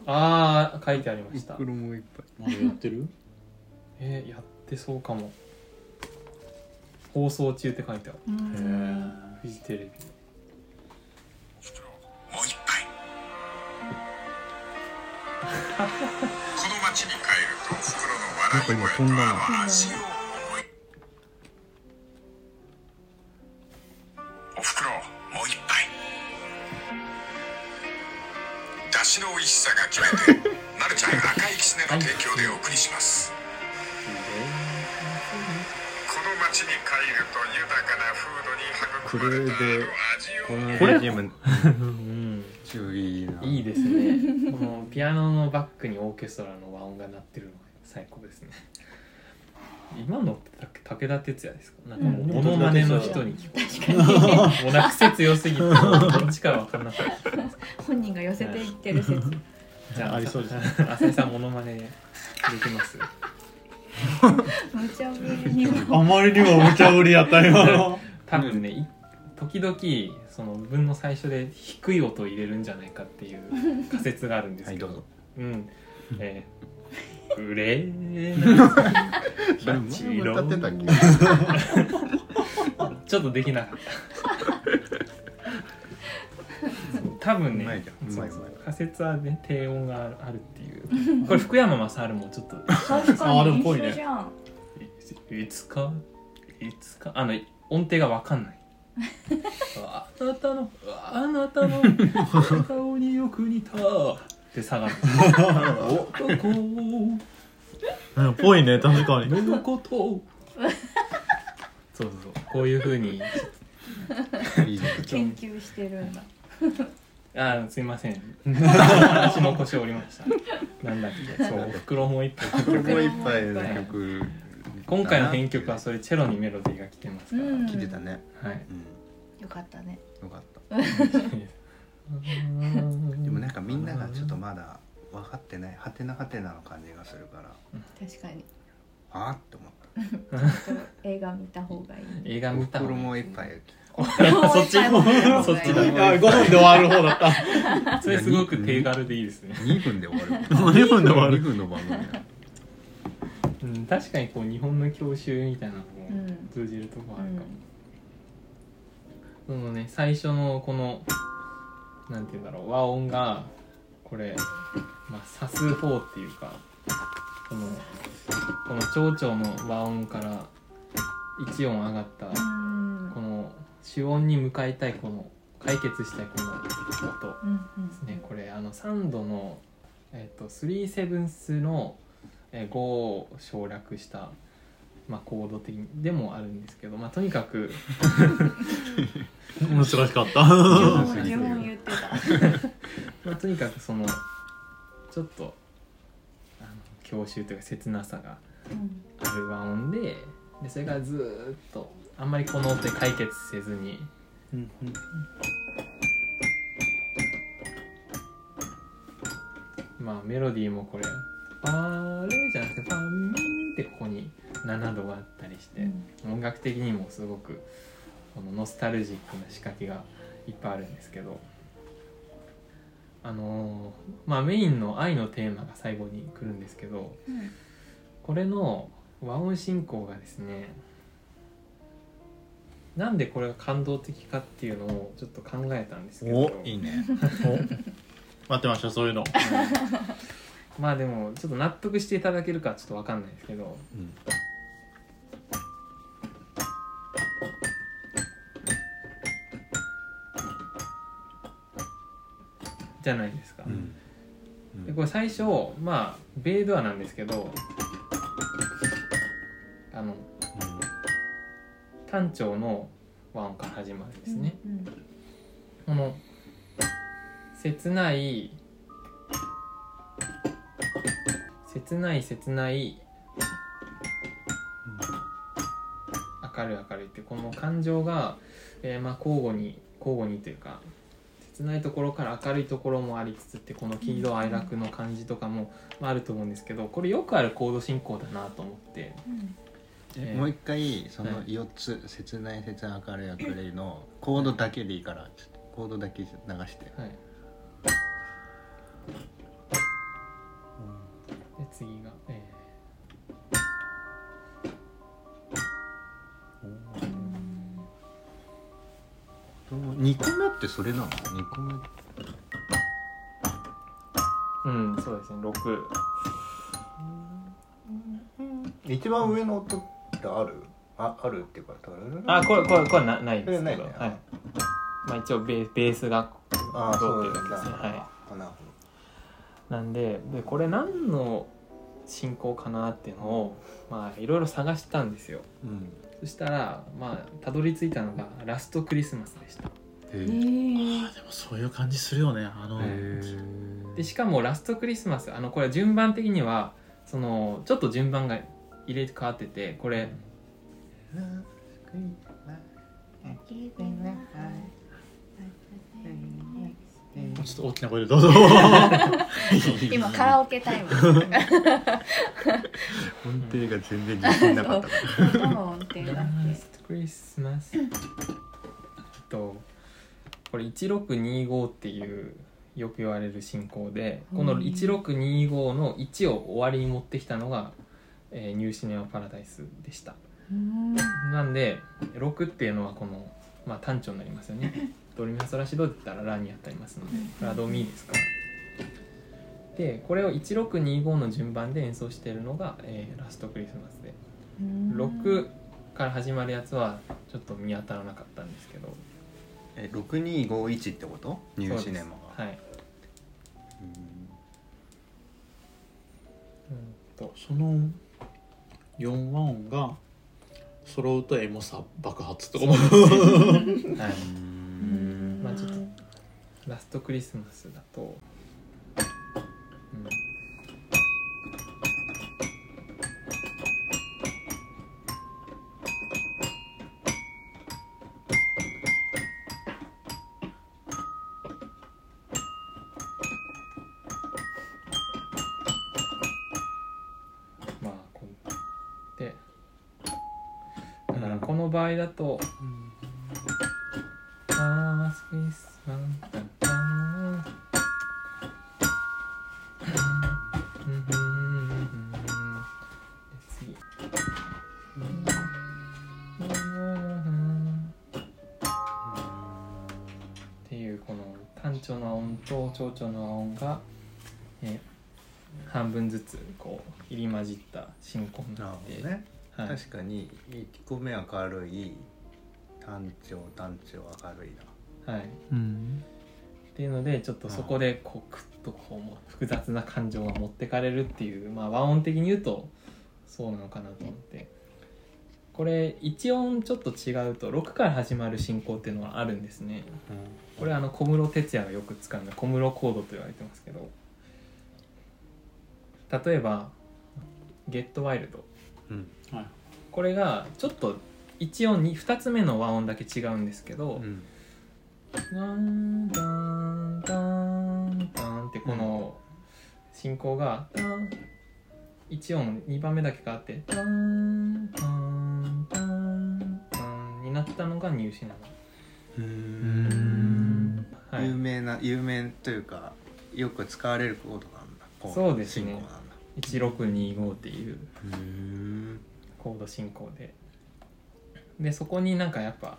Speaker 6: ああ書いてありま
Speaker 1: お
Speaker 6: した
Speaker 1: ふくろもう一杯
Speaker 4: まだやってる
Speaker 6: えーやってそうかも放送中って書いてある
Speaker 2: う
Speaker 4: へ
Speaker 2: ん
Speaker 4: ー
Speaker 6: フジテレビ
Speaker 7: もう一杯 この町に帰ると袋の笑い声とあの味を思いおふくろもう一杯だしの美味しさが決めてなるちゃん赤いきつねの提供でお送りしますこの町に帰ると豊かな風土に育まれたあの味
Speaker 1: この
Speaker 7: を
Speaker 6: これ
Speaker 1: BGM
Speaker 6: うん
Speaker 1: 注意ない
Speaker 6: いですねこのピアノのバックにオーケストラの和音が鳴ってるのが最高ですね今のってた武田鉄矢ですかなんかもう
Speaker 2: うん
Speaker 6: モノマネの人に聞こ
Speaker 2: 確かに
Speaker 6: えるもうなく説強すぎてどっちか分かんなかった
Speaker 2: 本人が寄せていってる説
Speaker 6: じゃあ
Speaker 4: ありそうですね
Speaker 6: あ浅井さんモノマネできます
Speaker 2: 無茶ぶりにも
Speaker 4: あまりにも無茶ぶりやった今の
Speaker 6: 多分ね、い時々その分の最初で低い音を入れるんじゃないかっていう仮説があるんです
Speaker 1: は
Speaker 6: け
Speaker 1: い
Speaker 6: ど、
Speaker 1: どうぞ
Speaker 6: うんえー、グレーな
Speaker 1: それ前も歌ってたっけ
Speaker 6: ちょっとできなかった多分ね
Speaker 1: うまいじゃんうまいうま
Speaker 6: そ
Speaker 1: い
Speaker 6: うそう仮説はね低音があるっていうこれ福山雅治もちょっと
Speaker 2: 確
Speaker 4: あ
Speaker 2: か
Speaker 4: で
Speaker 2: に
Speaker 4: もぽい
Speaker 2: 一
Speaker 4: ね
Speaker 2: 緒じゃん
Speaker 6: 「いいつかいつか」あの音程がわかんないあなたのあなたの顔によく似たって下がる男
Speaker 4: うんぽいね確かに
Speaker 6: のことそうそうそうこういうふうに
Speaker 1: いいじゃ
Speaker 2: 研
Speaker 1: ん
Speaker 2: 究してるんだ
Speaker 6: あーすいません話の腰折りましたなんだっけそうお袋も一
Speaker 1: ここ
Speaker 6: 杯
Speaker 1: いっぱいの曲
Speaker 6: 今回の編曲はそれチェロにメロディーが来てます
Speaker 2: う
Speaker 6: から、
Speaker 2: ん
Speaker 1: 聞いてたね
Speaker 6: はい
Speaker 1: うん
Speaker 2: よかったね
Speaker 1: よかったでもなんかみんながちょっとまだ分かってないハテナハテナの感じがするから
Speaker 2: 確かに
Speaker 1: あーって思っ
Speaker 2: ちょっと映画見た方がいい
Speaker 6: 映画
Speaker 1: たお
Speaker 6: 見
Speaker 1: ふ
Speaker 6: た
Speaker 1: く
Speaker 6: 方が
Speaker 1: ろ
Speaker 6: いい
Speaker 1: もう一杯
Speaker 6: そっち
Speaker 2: もう一杯
Speaker 6: そっちだ
Speaker 2: もう一杯
Speaker 4: あ5分で終わる方だった
Speaker 6: それすごく手軽でいいですね、
Speaker 1: 2分で終わる
Speaker 4: 2分で終わる
Speaker 1: 2分の番組だよ
Speaker 6: うん、確かにこう日本の教習みたいなの
Speaker 2: う
Speaker 6: も
Speaker 2: ん
Speaker 6: 通じるとこあるかも、そのね最初のこのなんて言うんだろう和音がこれまあ指す方っていうかこのこの蝶々の和音から一音上がった
Speaker 2: うん
Speaker 6: この主音に向かいたいこの解決したいこの音
Speaker 2: うんうん
Speaker 6: ねこれあのサンドの、えっと3セブンスのえー5を省略した、まあ、行動的でもあるんですけど、まあ、とにかく
Speaker 4: 面白かった
Speaker 2: 呪
Speaker 1: う
Speaker 2: 文
Speaker 1: ん
Speaker 2: 呪文言ってた
Speaker 6: まあ、とにかくそのちょっとあの郷愁というか切なさが
Speaker 2: うん
Speaker 6: ある和音ででそれがずーっとあんまりこの音で解決せずに
Speaker 1: うんうん
Speaker 6: まあメロディーもこれ「パール」じゃなくて「パーミー」ってここに7度があったりして、音楽的にもすごくこのノスタルジックな仕掛けがいっぱいあるんですけどあのーまあメインの「愛」のテーマが最後に来るんですけど
Speaker 2: うん
Speaker 6: これの和音進行がですねなんでこれが感動的かっていうのをちょっと考えたんですけど
Speaker 4: おいいね待ってましたそういうの
Speaker 6: まあでもちょっと納得していただけるかちょっとわかんないですけど
Speaker 1: うん
Speaker 6: じゃないですか、
Speaker 1: うん
Speaker 6: でこれ最初まあベイドアなんですけどあの単調の和音から始まるんですね、
Speaker 2: う
Speaker 6: こ
Speaker 2: ん
Speaker 6: の切ない切ない切ない明るい明るいってこの感情が、えーまあ交互に交互にというか切ないところから明るいところもありつつってこの喜怒哀楽の感じとかも、まあ、あると思うんですけどこれよくあるコード進行だなと思って
Speaker 2: うん
Speaker 1: え
Speaker 6: えー
Speaker 1: もう一回その
Speaker 6: は
Speaker 1: 4つ「切ない切ない明るい明るい」のコードだけでいいからっつってコードだけ流して
Speaker 6: はい。で次が、え
Speaker 1: 2個目ってそれなの2個目
Speaker 6: ーうんそうですね六。
Speaker 1: 一番上の音ってあるああるっていうか
Speaker 6: あこれこれこれなないんですけど、
Speaker 1: これないね
Speaker 6: はい。まあ一応ベーベースが
Speaker 1: ああ
Speaker 6: ど
Speaker 1: そうう
Speaker 6: ってい
Speaker 1: で
Speaker 6: うだ
Speaker 1: すね
Speaker 6: けですね。は
Speaker 1: なるほ
Speaker 6: い。なんででこれ何の進行かなっていうのをまあいろいろ探したんですよ。
Speaker 1: どうん
Speaker 6: そしたらまあたどり着いたのがラストクリスマスでした。
Speaker 1: へ
Speaker 2: えー
Speaker 4: でもそういう感じするよねあの
Speaker 6: でしかもラストクリスマスあのこれ順番的にはそのちょっと順番が入れ替わっててこれ
Speaker 4: もうちょっと大きな声でどうぞ
Speaker 2: 今カラオケタイム
Speaker 1: 音程が全然自信なかったから
Speaker 2: どの音程だっ
Speaker 6: ラストクリスマスえっとこれ1625っていうよく言われる進行でこの1625の1を終わりに持ってきたのが、えーニューシネマ・パラダイスでした
Speaker 2: けうん
Speaker 6: なんで6っていうのはこの、まあ、単調になりますよねドレミファソラシドって言ったらラにあたりますのでラドミですからでこれを1625の順番で演奏しているのが、えーラストクリスマスで6から始まるやつはちょっと見当たらなかったんですけど
Speaker 1: え6251ってことニューシネマが
Speaker 6: そうですはい
Speaker 1: うん
Speaker 6: うんと
Speaker 4: その4和音が揃うとエモさ爆発とかも
Speaker 6: はいう
Speaker 1: ーん
Speaker 6: まあちょっとラストクリスマスだと、うんまあこうでだからこの場合だと、あースイスマンタンタンうんうんうんうんで次っていうこの単調な音と長調な音が、えー半分ずつこう入り混じった進行に
Speaker 1: な
Speaker 6: な
Speaker 1: る
Speaker 6: って
Speaker 1: ほどね
Speaker 6: はい、
Speaker 1: 確かに1個目明るい単調単調明るいな
Speaker 6: はい、っていうのでちょっとそこでこうクッとこうもう複雑な感情が持ってかれるっていうまあ和音的に言うとそうなのかなと思ってこれ1音ちょっと違うと6から始まる進行っていうのはあるんですねこれあの小室哲哉がよく使うのが小室コードと言われてますけど例えば「ゲットワイルド
Speaker 1: うん
Speaker 6: これがちょっと1音に2つ目の和音だけ違うんですけど、
Speaker 1: うん
Speaker 6: ダンダンダンダンってこの進行が1音2番目だけ変わってダンダンダンダンになったのが入試な
Speaker 1: うー
Speaker 6: の
Speaker 1: ん、
Speaker 6: はい
Speaker 1: 有名な有名というかよく使われるコードなんだコード
Speaker 6: そうですね
Speaker 1: 進行なんだ
Speaker 6: 1625っていう
Speaker 1: うーん
Speaker 6: コード進行ででそこになんかやっぱ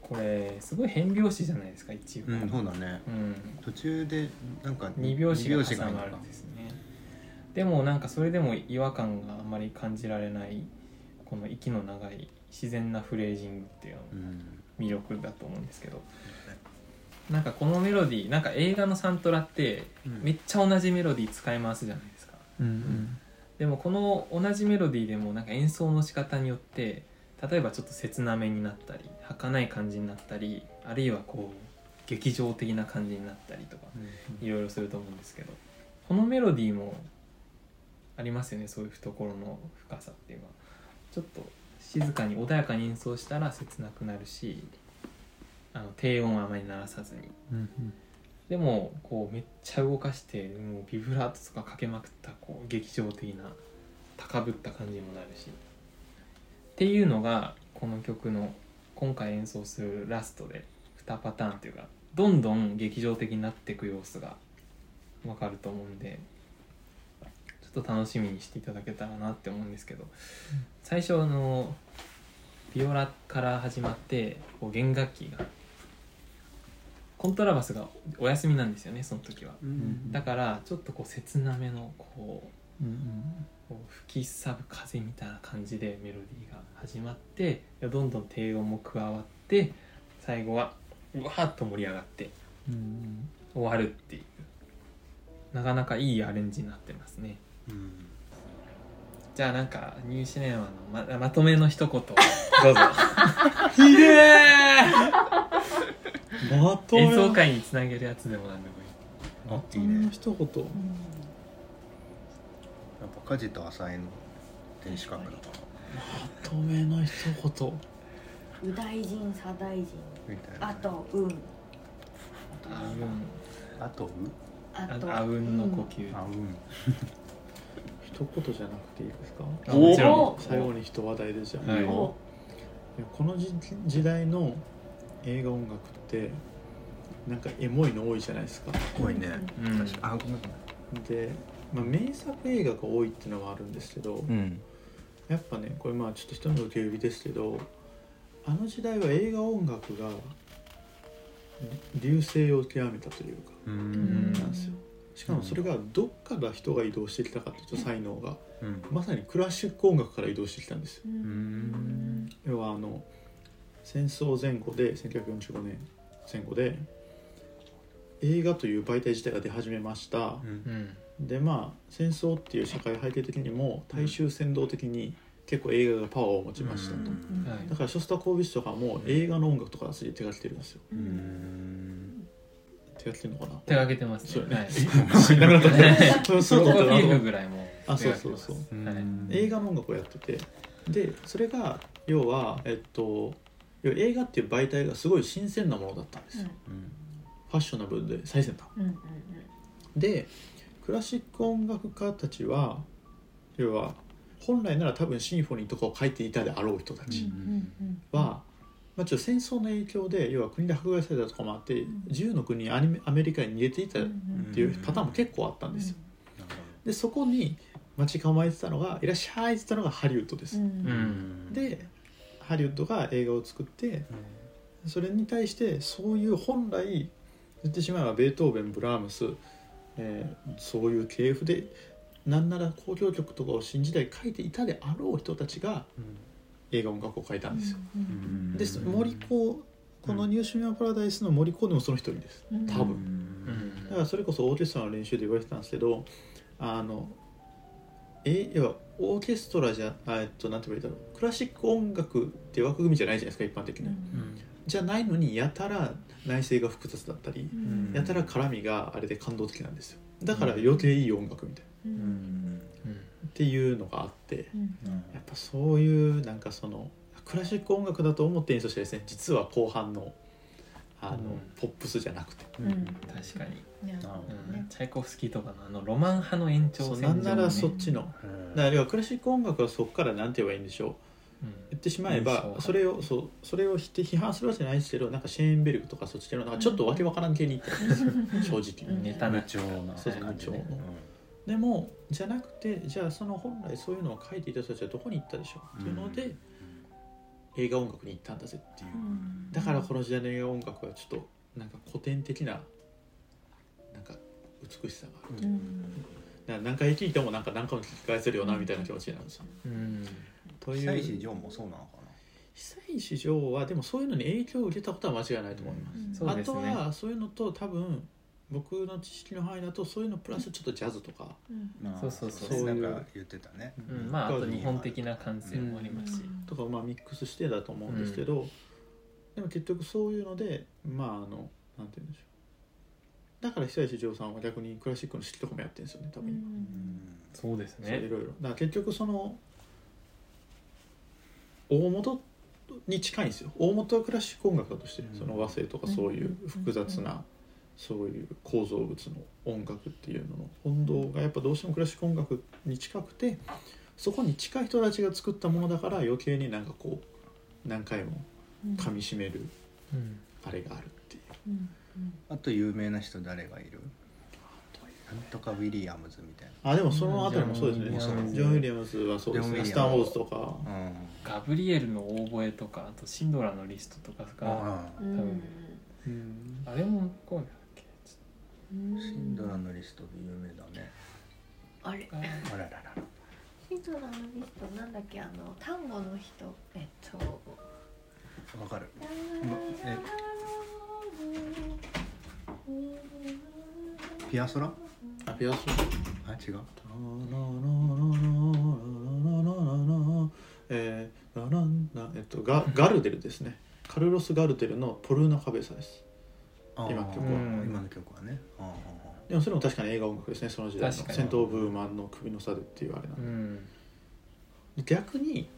Speaker 6: これすごい変拍子じゃないですか一応、
Speaker 1: うんそうだね
Speaker 6: うん
Speaker 1: 途中でなんか
Speaker 6: 2拍子が
Speaker 1: 二
Speaker 6: 挟
Speaker 1: いいの
Speaker 6: ま
Speaker 1: か
Speaker 6: るんですねでもなんかそれでも違和感があまり感じられないこの息の長い自然なフレージングっていうのも
Speaker 1: うん
Speaker 6: 魅力だと思うんですけどなんかこのメロディーなんか映画のサントラって
Speaker 1: うん
Speaker 6: めっちゃ同じメロディー使い回すじゃないですか
Speaker 4: うん
Speaker 6: でもこの同じメロディーでもなんか演奏の仕方によって例えばちょっと切なめになったり儚い感じになったりあるいはこう劇場的な感じになったりとかいろいろすると思うんですけどこのメロディーもありますよねそういう懐の深さっていうのはちょっと静かに穏やかに演奏したら切なくなるしあの低音はあまり鳴らさずにでもこうめっちゃ動かしてもうビブラートとかかけまくったこう劇場的な高ぶった感じにもなるしっていうのがこの曲の今回演奏するラストで2パターンというかどんどん劇場的になっていく様子がわかると思うんでちょっと楽しみにしていただけたらなって思うんですけど最初あのビオラから始まってこう弦楽器がコントラバスがお休みなんですよねその時は
Speaker 1: うん
Speaker 6: だからちょっとこう切なめのこう
Speaker 4: うん
Speaker 6: こう吹きさぶ風みたいな感じでメロディーが始まってどんどん低音も加わって最後はうわーっと盛り上がって
Speaker 4: うん
Speaker 6: 終わるっていうなかなかいいアレンジになってますね
Speaker 1: うん
Speaker 6: じゃあなんかニューシネマのままとめの一言をどうぞ
Speaker 4: ひでえまとめ
Speaker 6: 演奏会につなげるやつでもなんでもいい
Speaker 1: あい
Speaker 4: こ
Speaker 1: い
Speaker 4: ん
Speaker 1: ね
Speaker 4: な一言
Speaker 1: やっぱカジと浅井の天使閣だか
Speaker 4: まとめの一言
Speaker 2: 右大臣左大臣
Speaker 1: らみたいな
Speaker 2: あと運
Speaker 6: あうん
Speaker 1: あとう
Speaker 2: あと
Speaker 6: ああうんの呼吸、
Speaker 1: あうん
Speaker 4: 一言じゃなくていいですか
Speaker 6: あもちろ
Speaker 2: お
Speaker 4: 最後に一話題でじゃあ、
Speaker 6: はい
Speaker 4: いや
Speaker 2: お
Speaker 4: この時時代の映画音楽ってなんかエモいの多いじゃないですか
Speaker 1: 濃いね
Speaker 6: ん、うん、
Speaker 1: あごめんご
Speaker 4: で、まあ、名作映画が多いっていうのはあるんですけど、
Speaker 1: めんうん
Speaker 4: やっぱねこれまあちょっと人の受け売りですけどあの時代は映画音楽が流星を極めたというか
Speaker 1: う
Speaker 6: うん
Speaker 1: ん
Speaker 4: なんですよしかもそれがどっから人が移動してきたかというと才能が
Speaker 1: うん
Speaker 4: まさにクラシック音楽から移動してきたんですよ
Speaker 1: うん
Speaker 4: 要はあの戦争前後で1945年前後で映画という媒体自体が出始めました
Speaker 1: う、ん
Speaker 6: うん
Speaker 4: でまあ戦争っていう社会背景的にも大衆扇動的に結構映画がパワーを持ちましたと、
Speaker 2: うん
Speaker 6: はい
Speaker 4: だからショスタコービッチとかも映画の音楽とかすげえ手がけてるんですよ
Speaker 1: うん
Speaker 4: 手がけてるのかな
Speaker 6: 手がけてます
Speaker 4: そ
Speaker 6: ね
Speaker 4: うね
Speaker 6: はい
Speaker 4: 知 らなか った そ
Speaker 6: ソ
Speaker 4: うそ
Speaker 6: ロ
Speaker 4: うだ
Speaker 6: フ
Speaker 4: ったな
Speaker 6: ィーム
Speaker 4: と思って
Speaker 6: ぐらいも
Speaker 4: あそうそうそう
Speaker 6: はい
Speaker 4: 映画の音楽をやっててでそれが要はえっと要は映画っていう媒体がすごい新鮮なものだったんですよ、ファッショナブルで最先端
Speaker 2: うんうん
Speaker 4: でクラシック音楽家たちは要は本来なら多分シンフォニーとかを書いていたであろう人たちは、まあ、ちょっと戦争の影響で要は国で迫害されたとかもあって
Speaker 2: ん
Speaker 4: 自由の国にアニメアメリカに逃げていたっていうパターンも結構あったんですよでそこに待ち構えてたのが「いらっしゃい」って言ったのがハリウッドです、
Speaker 6: う
Speaker 1: うんん
Speaker 4: でハリウッドが映画を作ってそれに対してそういう本来言ってしまえばベートーベンブラームス、えーそういう系譜でなんなら交響曲とかを新時代書いていたであろう人たちが映画音楽を書いたんですよ。
Speaker 1: うん
Speaker 4: で森子この「ニューシネマ・パラダイス」の森コーネもその一人です
Speaker 5: うん
Speaker 4: 多分
Speaker 6: う
Speaker 4: だから
Speaker 6: ん
Speaker 4: それこそオーケストラの練習で言われてたんですけどあのえ要はオーケストラじゃあえっとなんて言えばいいんだろうクラシック音楽って枠組みじゃないじゃないですか一般的に、
Speaker 6: うん
Speaker 4: じゃないのにやたら内政が複雑だったり
Speaker 5: う、
Speaker 6: ん
Speaker 4: やたら絡みがあれで感動的なんですよだから余計いい音楽みたいな、っていうのがあってやっぱそういうなんかそのクラシック音楽だと思って演奏してですね実は後半のあ
Speaker 6: う
Speaker 4: の、
Speaker 6: ん
Speaker 4: ポップスじゃなくて
Speaker 6: 確かに、
Speaker 2: いや
Speaker 6: うん、チャイコフスキーとかのあのロマン派の延長
Speaker 4: そう
Speaker 6: 線
Speaker 4: なんならそ
Speaker 6: 上の
Speaker 4: っちの、
Speaker 1: うん
Speaker 4: だから要はクラシック音楽はそこからなんて言えばいいんでしょう言ってしまえば、
Speaker 6: うん
Speaker 4: それをそうそれを否定批判するわけじゃないですけどなんかシェーンベルクとかそっち系のなんかちょっとわけわからん系に行ってるんですよ、正直、
Speaker 5: うん
Speaker 6: ね、ネタ
Speaker 1: 部
Speaker 6: な
Speaker 1: 長な
Speaker 4: そう
Speaker 1: 感じね
Speaker 4: 部長でもじゃなくてじゃあその本来そういうのを書いていた人たちはどこに行ったでしょうっていうので、
Speaker 1: うん
Speaker 4: 映画音楽に行ったんだぜっていう、だからこの時代の映画音楽はちょっとなんか古典的ななんか美しさがある、なんか何回聞いてもなんか何回も聞き返せるよなみたいな気持ちになるんですよ、
Speaker 6: うん
Speaker 4: という
Speaker 1: 久石譲もそうなのか
Speaker 4: 久石譲はでもそういうのに影響を受けたことは間違いないと思います、
Speaker 6: そう
Speaker 4: あ
Speaker 6: です
Speaker 4: と
Speaker 6: ね
Speaker 4: はそういうのと多分僕の知識の範囲だとそういうのプラスちょっとジャズとか、
Speaker 1: な、まあ
Speaker 6: そうそうそう
Speaker 1: そう
Speaker 4: そういう
Speaker 1: なんか言ってたね
Speaker 6: うん、まああと日本的な感性もありますし、
Speaker 4: とかまあミックスしてだと思うんですけど、でも結局そういうのでまああのなんて言うんでしょうだから久石譲さんは逆にクラシックの指揮とかもやってるんですよね多分、
Speaker 1: うん
Speaker 6: そうです
Speaker 4: そうい
Speaker 6: ね
Speaker 4: ろいろだから結局その大元に近いんですよ大元はクラシック音楽だとして、
Speaker 1: うん
Speaker 4: その和声とかそういう複雑な、そういう構造物の音楽っていうのの本動がやっぱどうしてもクラシック音楽に近くてそこに近い人たちが作ったものだから余計になんかこう何回も噛みしめる
Speaker 6: うん
Speaker 4: あれがあるっていう
Speaker 1: あと有名な人誰がいるなんとかウィリアムズみたい
Speaker 4: あでもそのあたりもそうですね、
Speaker 6: うんジョンウィリアムズ
Speaker 4: ジョン・ウィリアムズはそうです
Speaker 1: ジョン
Speaker 4: ね
Speaker 1: ウィリアムズ
Speaker 4: スター・ウォーズとか
Speaker 1: なうん
Speaker 6: ガブリエルのオーボエとかあとシンドラのリストとかが
Speaker 1: ああ
Speaker 6: あれもこうなんだっけち
Speaker 1: シンドラのリストで有名だね
Speaker 5: あれ
Speaker 6: ょっと
Speaker 1: あらららら
Speaker 5: シンドラのリストなんだっけあの単語の人えっと
Speaker 1: わかるピアソラ
Speaker 4: あピアス
Speaker 1: あ違う
Speaker 4: えーラランラえっと、ガガルデルですねカルロス・ガルデルの「ポルーナ・カベサ」です
Speaker 1: ああ
Speaker 4: 今の曲
Speaker 6: は
Speaker 1: うん今の曲はねああああ
Speaker 4: でもそれも確かに映画音楽ですねその時代の
Speaker 6: 確かに
Speaker 4: 戦闘ブーマンの首の差でっていうあれなん
Speaker 6: う
Speaker 4: で、
Speaker 6: ん
Speaker 4: 逆に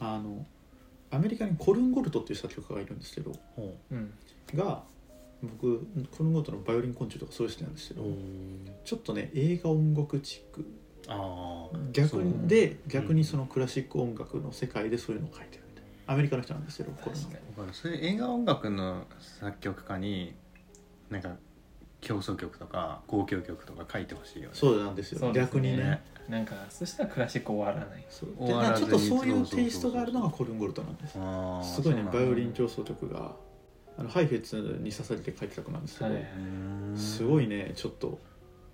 Speaker 4: あのアメリカにコルンゴルトっていう作曲家がいるんですけど
Speaker 1: ほ
Speaker 6: うん
Speaker 4: が僕コルンゴルトの「バイオリン昆虫」とかそういう人なんですけ
Speaker 1: う
Speaker 4: ど、ちょっとね映画音楽チック
Speaker 1: ああ
Speaker 4: 逆
Speaker 1: そう
Speaker 4: にで逆にそのクラシック音楽の世界でそういうのを書いてるみたいなアメリカの人なんですけどこれ
Speaker 6: 確かに
Speaker 1: だからそういう映画音楽の作曲家になんか競争曲とか交響曲とか書いてほしいよね
Speaker 4: そうなんですよ
Speaker 6: そうですね
Speaker 4: 逆にね
Speaker 6: なんかそしたらクラシック終わらない
Speaker 4: そう
Speaker 1: 終
Speaker 4: で
Speaker 1: わら
Speaker 4: ち
Speaker 1: ず
Speaker 4: ょ
Speaker 1: に
Speaker 4: っとそういうテイストがあるのがコルンゴルトなんです
Speaker 1: ああ
Speaker 4: すごいね
Speaker 1: そうなんだ
Speaker 4: バイオリン競争曲があのハイフェツに捧げて書いてた曲なんですけど、
Speaker 6: はいう
Speaker 1: ーん
Speaker 4: すごいねちょっと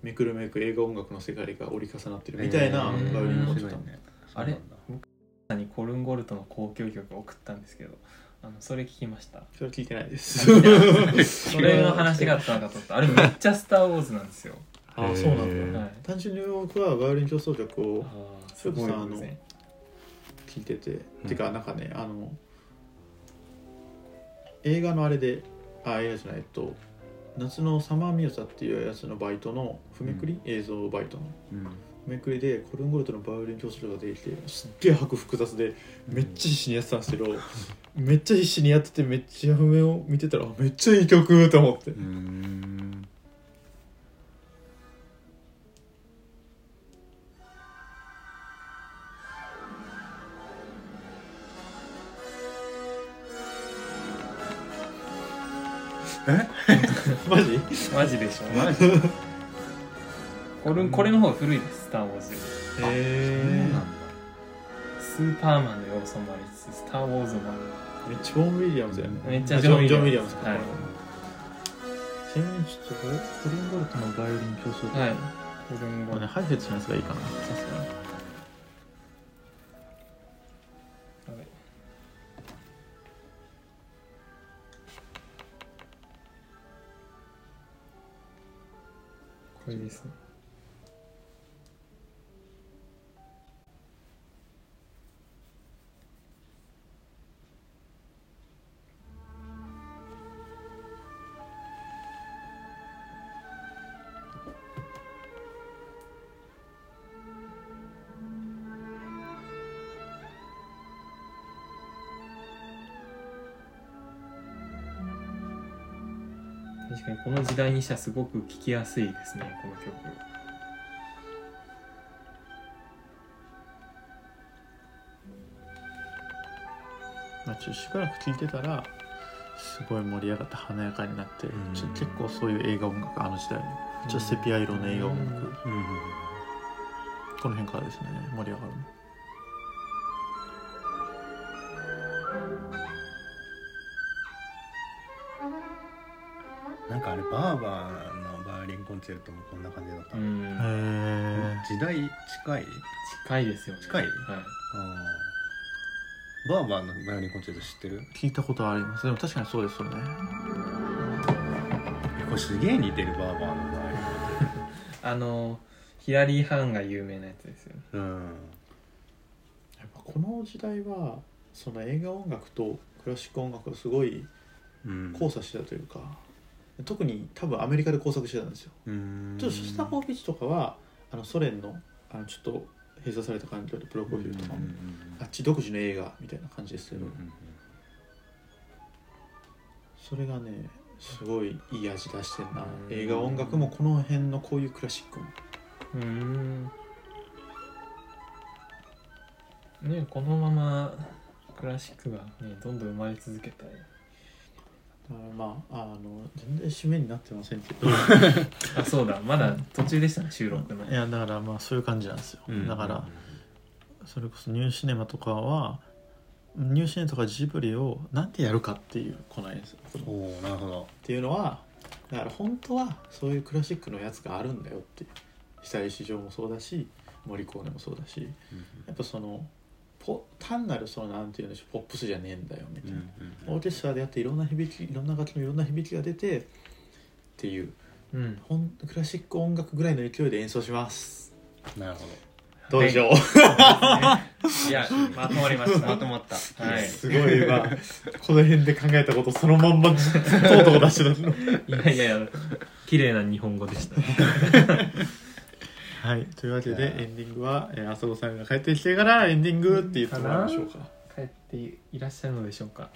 Speaker 4: めくるめく映画音楽の世界が折り重なってるみたいな
Speaker 1: えー
Speaker 4: バイオリンの
Speaker 1: 面
Speaker 4: 音
Speaker 1: 白い
Speaker 4: だ
Speaker 1: ね
Speaker 6: あれ
Speaker 1: そうなんだ
Speaker 6: まさにコルンゴルトの交響曲を送ったんですけどあのそれ聞きました
Speaker 4: それは聞いてないで
Speaker 6: あ
Speaker 4: す
Speaker 6: 聞いてな それの話があ
Speaker 4: あ
Speaker 6: ったのかと思ったあれめっちゃ「スター・ウォーズ」なんですよ、
Speaker 4: あそうなんだ
Speaker 6: はい
Speaker 4: 単純に僕はバイオリン競争曲を
Speaker 6: あー
Speaker 4: すごい偶然
Speaker 6: ね
Speaker 4: 聞いてて、
Speaker 1: うん
Speaker 4: てかなんかねあの映画のあれであ映画じゃないえっと夏のサマーミューザっていうやつのバイトの踏めくり、映像バイトの
Speaker 1: うん
Speaker 4: 踏めくりでコルンゴルトのバイオリン教室が出てきてすっげえ拍複雑でめっちゃ必死にやってたんですけど、めっちゃ必死にやっててめっちゃ譜面を見てたらあめっちゃいい曲と思って、
Speaker 1: うーん
Speaker 4: マジ
Speaker 6: マジでしょ
Speaker 1: マジで
Speaker 6: これこれの方が古いです「スター・ウォーズ」より
Speaker 1: そう
Speaker 4: え
Speaker 1: なんだ
Speaker 6: スーパーマンの要素もありつつ「スター・ウォーズ」もあ
Speaker 4: めっちゃジョン・ウィリアムズやね
Speaker 6: るめっちゃジョン・
Speaker 4: ジョン・ウ
Speaker 6: ウィ
Speaker 4: ィリ
Speaker 6: リ
Speaker 4: ア
Speaker 6: ア
Speaker 4: ム
Speaker 6: ム
Speaker 4: ズ
Speaker 6: ズ
Speaker 4: か
Speaker 6: はい
Speaker 4: ちなみにちょっとこれコルンゴルトのバイオリン教室
Speaker 6: はいコルンゴ
Speaker 4: まあ
Speaker 6: ル
Speaker 4: ね、
Speaker 6: ト
Speaker 4: ハイフェツのやつがいいかな。確かに。
Speaker 6: やばいこれですね確かにこの時代にしてはすごく聴きやすいですねこの曲
Speaker 4: まあ、ちょっとしばらく聴いてたらすごい盛り上がって華やかになって、
Speaker 1: うん
Speaker 4: ちょ結構そういう映画音楽あの時代のちょっとセピア色の映画音楽、
Speaker 6: うん
Speaker 1: うんうん
Speaker 4: この辺からですね盛り上がるの
Speaker 1: なんかあれバーバーのバーリンコンチェルトもこんな感じだった、
Speaker 6: うん
Speaker 4: へ
Speaker 1: 時代近い
Speaker 6: 近いですよね
Speaker 1: 近い
Speaker 6: はい
Speaker 1: あーバーバーのバイオリンコンチェルト知ってる
Speaker 4: え聞いたことありますでも確かにそうですよね
Speaker 1: これすげえ似てるバーバーのバイオリンコンチェル
Speaker 6: あのヒラリー・ハーンが有名なやつですよね
Speaker 1: トうん
Speaker 4: やっぱこの時代はその映画音楽とクラシック音楽がすごい
Speaker 1: うん
Speaker 4: 交差してたというか、特に多分アメリカで交錯してたんですよ
Speaker 1: うん
Speaker 4: ちょっとショスタコービッチとかはあのソ連のあのちょっと閉鎖された環境でプロコフィルとかも、
Speaker 1: うんうん
Speaker 4: あっち独自の映画みたいな感じですけ
Speaker 1: うん
Speaker 4: ど、
Speaker 1: うんうん
Speaker 4: それがねすごいいい味出してんな、
Speaker 6: うん
Speaker 4: 映画音楽もこの辺のこういうクラシックも
Speaker 6: うんねこのままクラシックがねどんどん生まれ続けたい
Speaker 4: あのまああの全然締めになってませんけ ど
Speaker 6: あそうだまだ途中でしたね収録の
Speaker 4: いやだからまあそういう感じなんですよ、
Speaker 1: うん
Speaker 4: だからそれこそニューシネマとかはニューシネマとかジブリをなんでやるかっていうこの間です
Speaker 1: おおなるほど
Speaker 4: っていうのはだから本当はそういうクラシックのやつがあるんだよって久石譲もそうだしモリコーネもそうだしやっぱそのポ単なるそのなんていうんでしょうポップスじゃねえんだよみたいな、オーケストラでやっていろんな響きいろんな楽器のいろんな響きが出てっていう
Speaker 6: うん
Speaker 4: ほんクラシック音楽ぐらいの勢いで演奏します
Speaker 1: なるほど
Speaker 4: どうでしょう、
Speaker 6: いやまとまりました
Speaker 3: まとまった
Speaker 6: はい
Speaker 4: すごい今この辺で考えたことそのまんまとうとう出してた
Speaker 6: いやいやいや綺麗な日本語でした
Speaker 4: はいというわけ
Speaker 1: いやー
Speaker 4: でエンディングは、えー、浅野さんが帰ってきてからエンディングって言ってもらいましょうか
Speaker 6: 帰っていらっしゃるのでしょうか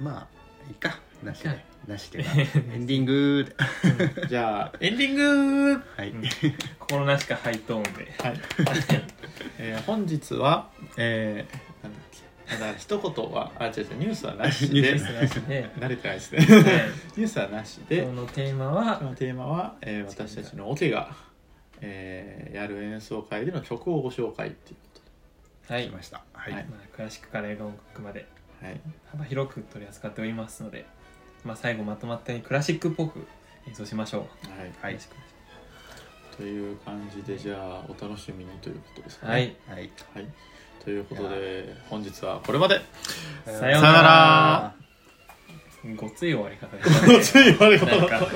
Speaker 1: まあいいかなし
Speaker 6: いい
Speaker 1: で
Speaker 6: か
Speaker 1: なしでエンディングで
Speaker 4: じゃあエンディング
Speaker 1: はい
Speaker 6: ん心なしかハイトーンで
Speaker 4: はい、えー本日は、えー、なんだっけまだ一言はあ違う違うニュースはなし
Speaker 1: ニュ
Speaker 4: で
Speaker 1: ー
Speaker 6: ミスなしで、
Speaker 4: 慣れてないです
Speaker 6: は
Speaker 4: ね
Speaker 6: い
Speaker 4: ニュースはなしで
Speaker 6: 今日のテーマ
Speaker 4: 今日
Speaker 6: は
Speaker 4: のテーマは、えー私たちのオケが、えーやる演奏会での曲をご紹介っていうこ
Speaker 6: はい、
Speaker 1: 来
Speaker 6: ま
Speaker 1: ましたはい
Speaker 4: はい
Speaker 6: あ、クラシックから映画音楽まで
Speaker 4: とで、はい、
Speaker 6: 幅広く取り扱っておりますので、まあ、最後まとまったようにクラシックっぽく演奏しましょう
Speaker 4: はい
Speaker 1: はい
Speaker 6: よろしく
Speaker 4: という感じでじゃあお楽しみにということですね
Speaker 6: は、い
Speaker 1: はい
Speaker 4: はい、ということで本日はこれまで
Speaker 6: さよう
Speaker 4: さよ
Speaker 6: な
Speaker 4: う
Speaker 6: ら
Speaker 4: なら
Speaker 6: ごつい終わり方でしたね
Speaker 4: 言われ
Speaker 6: なんか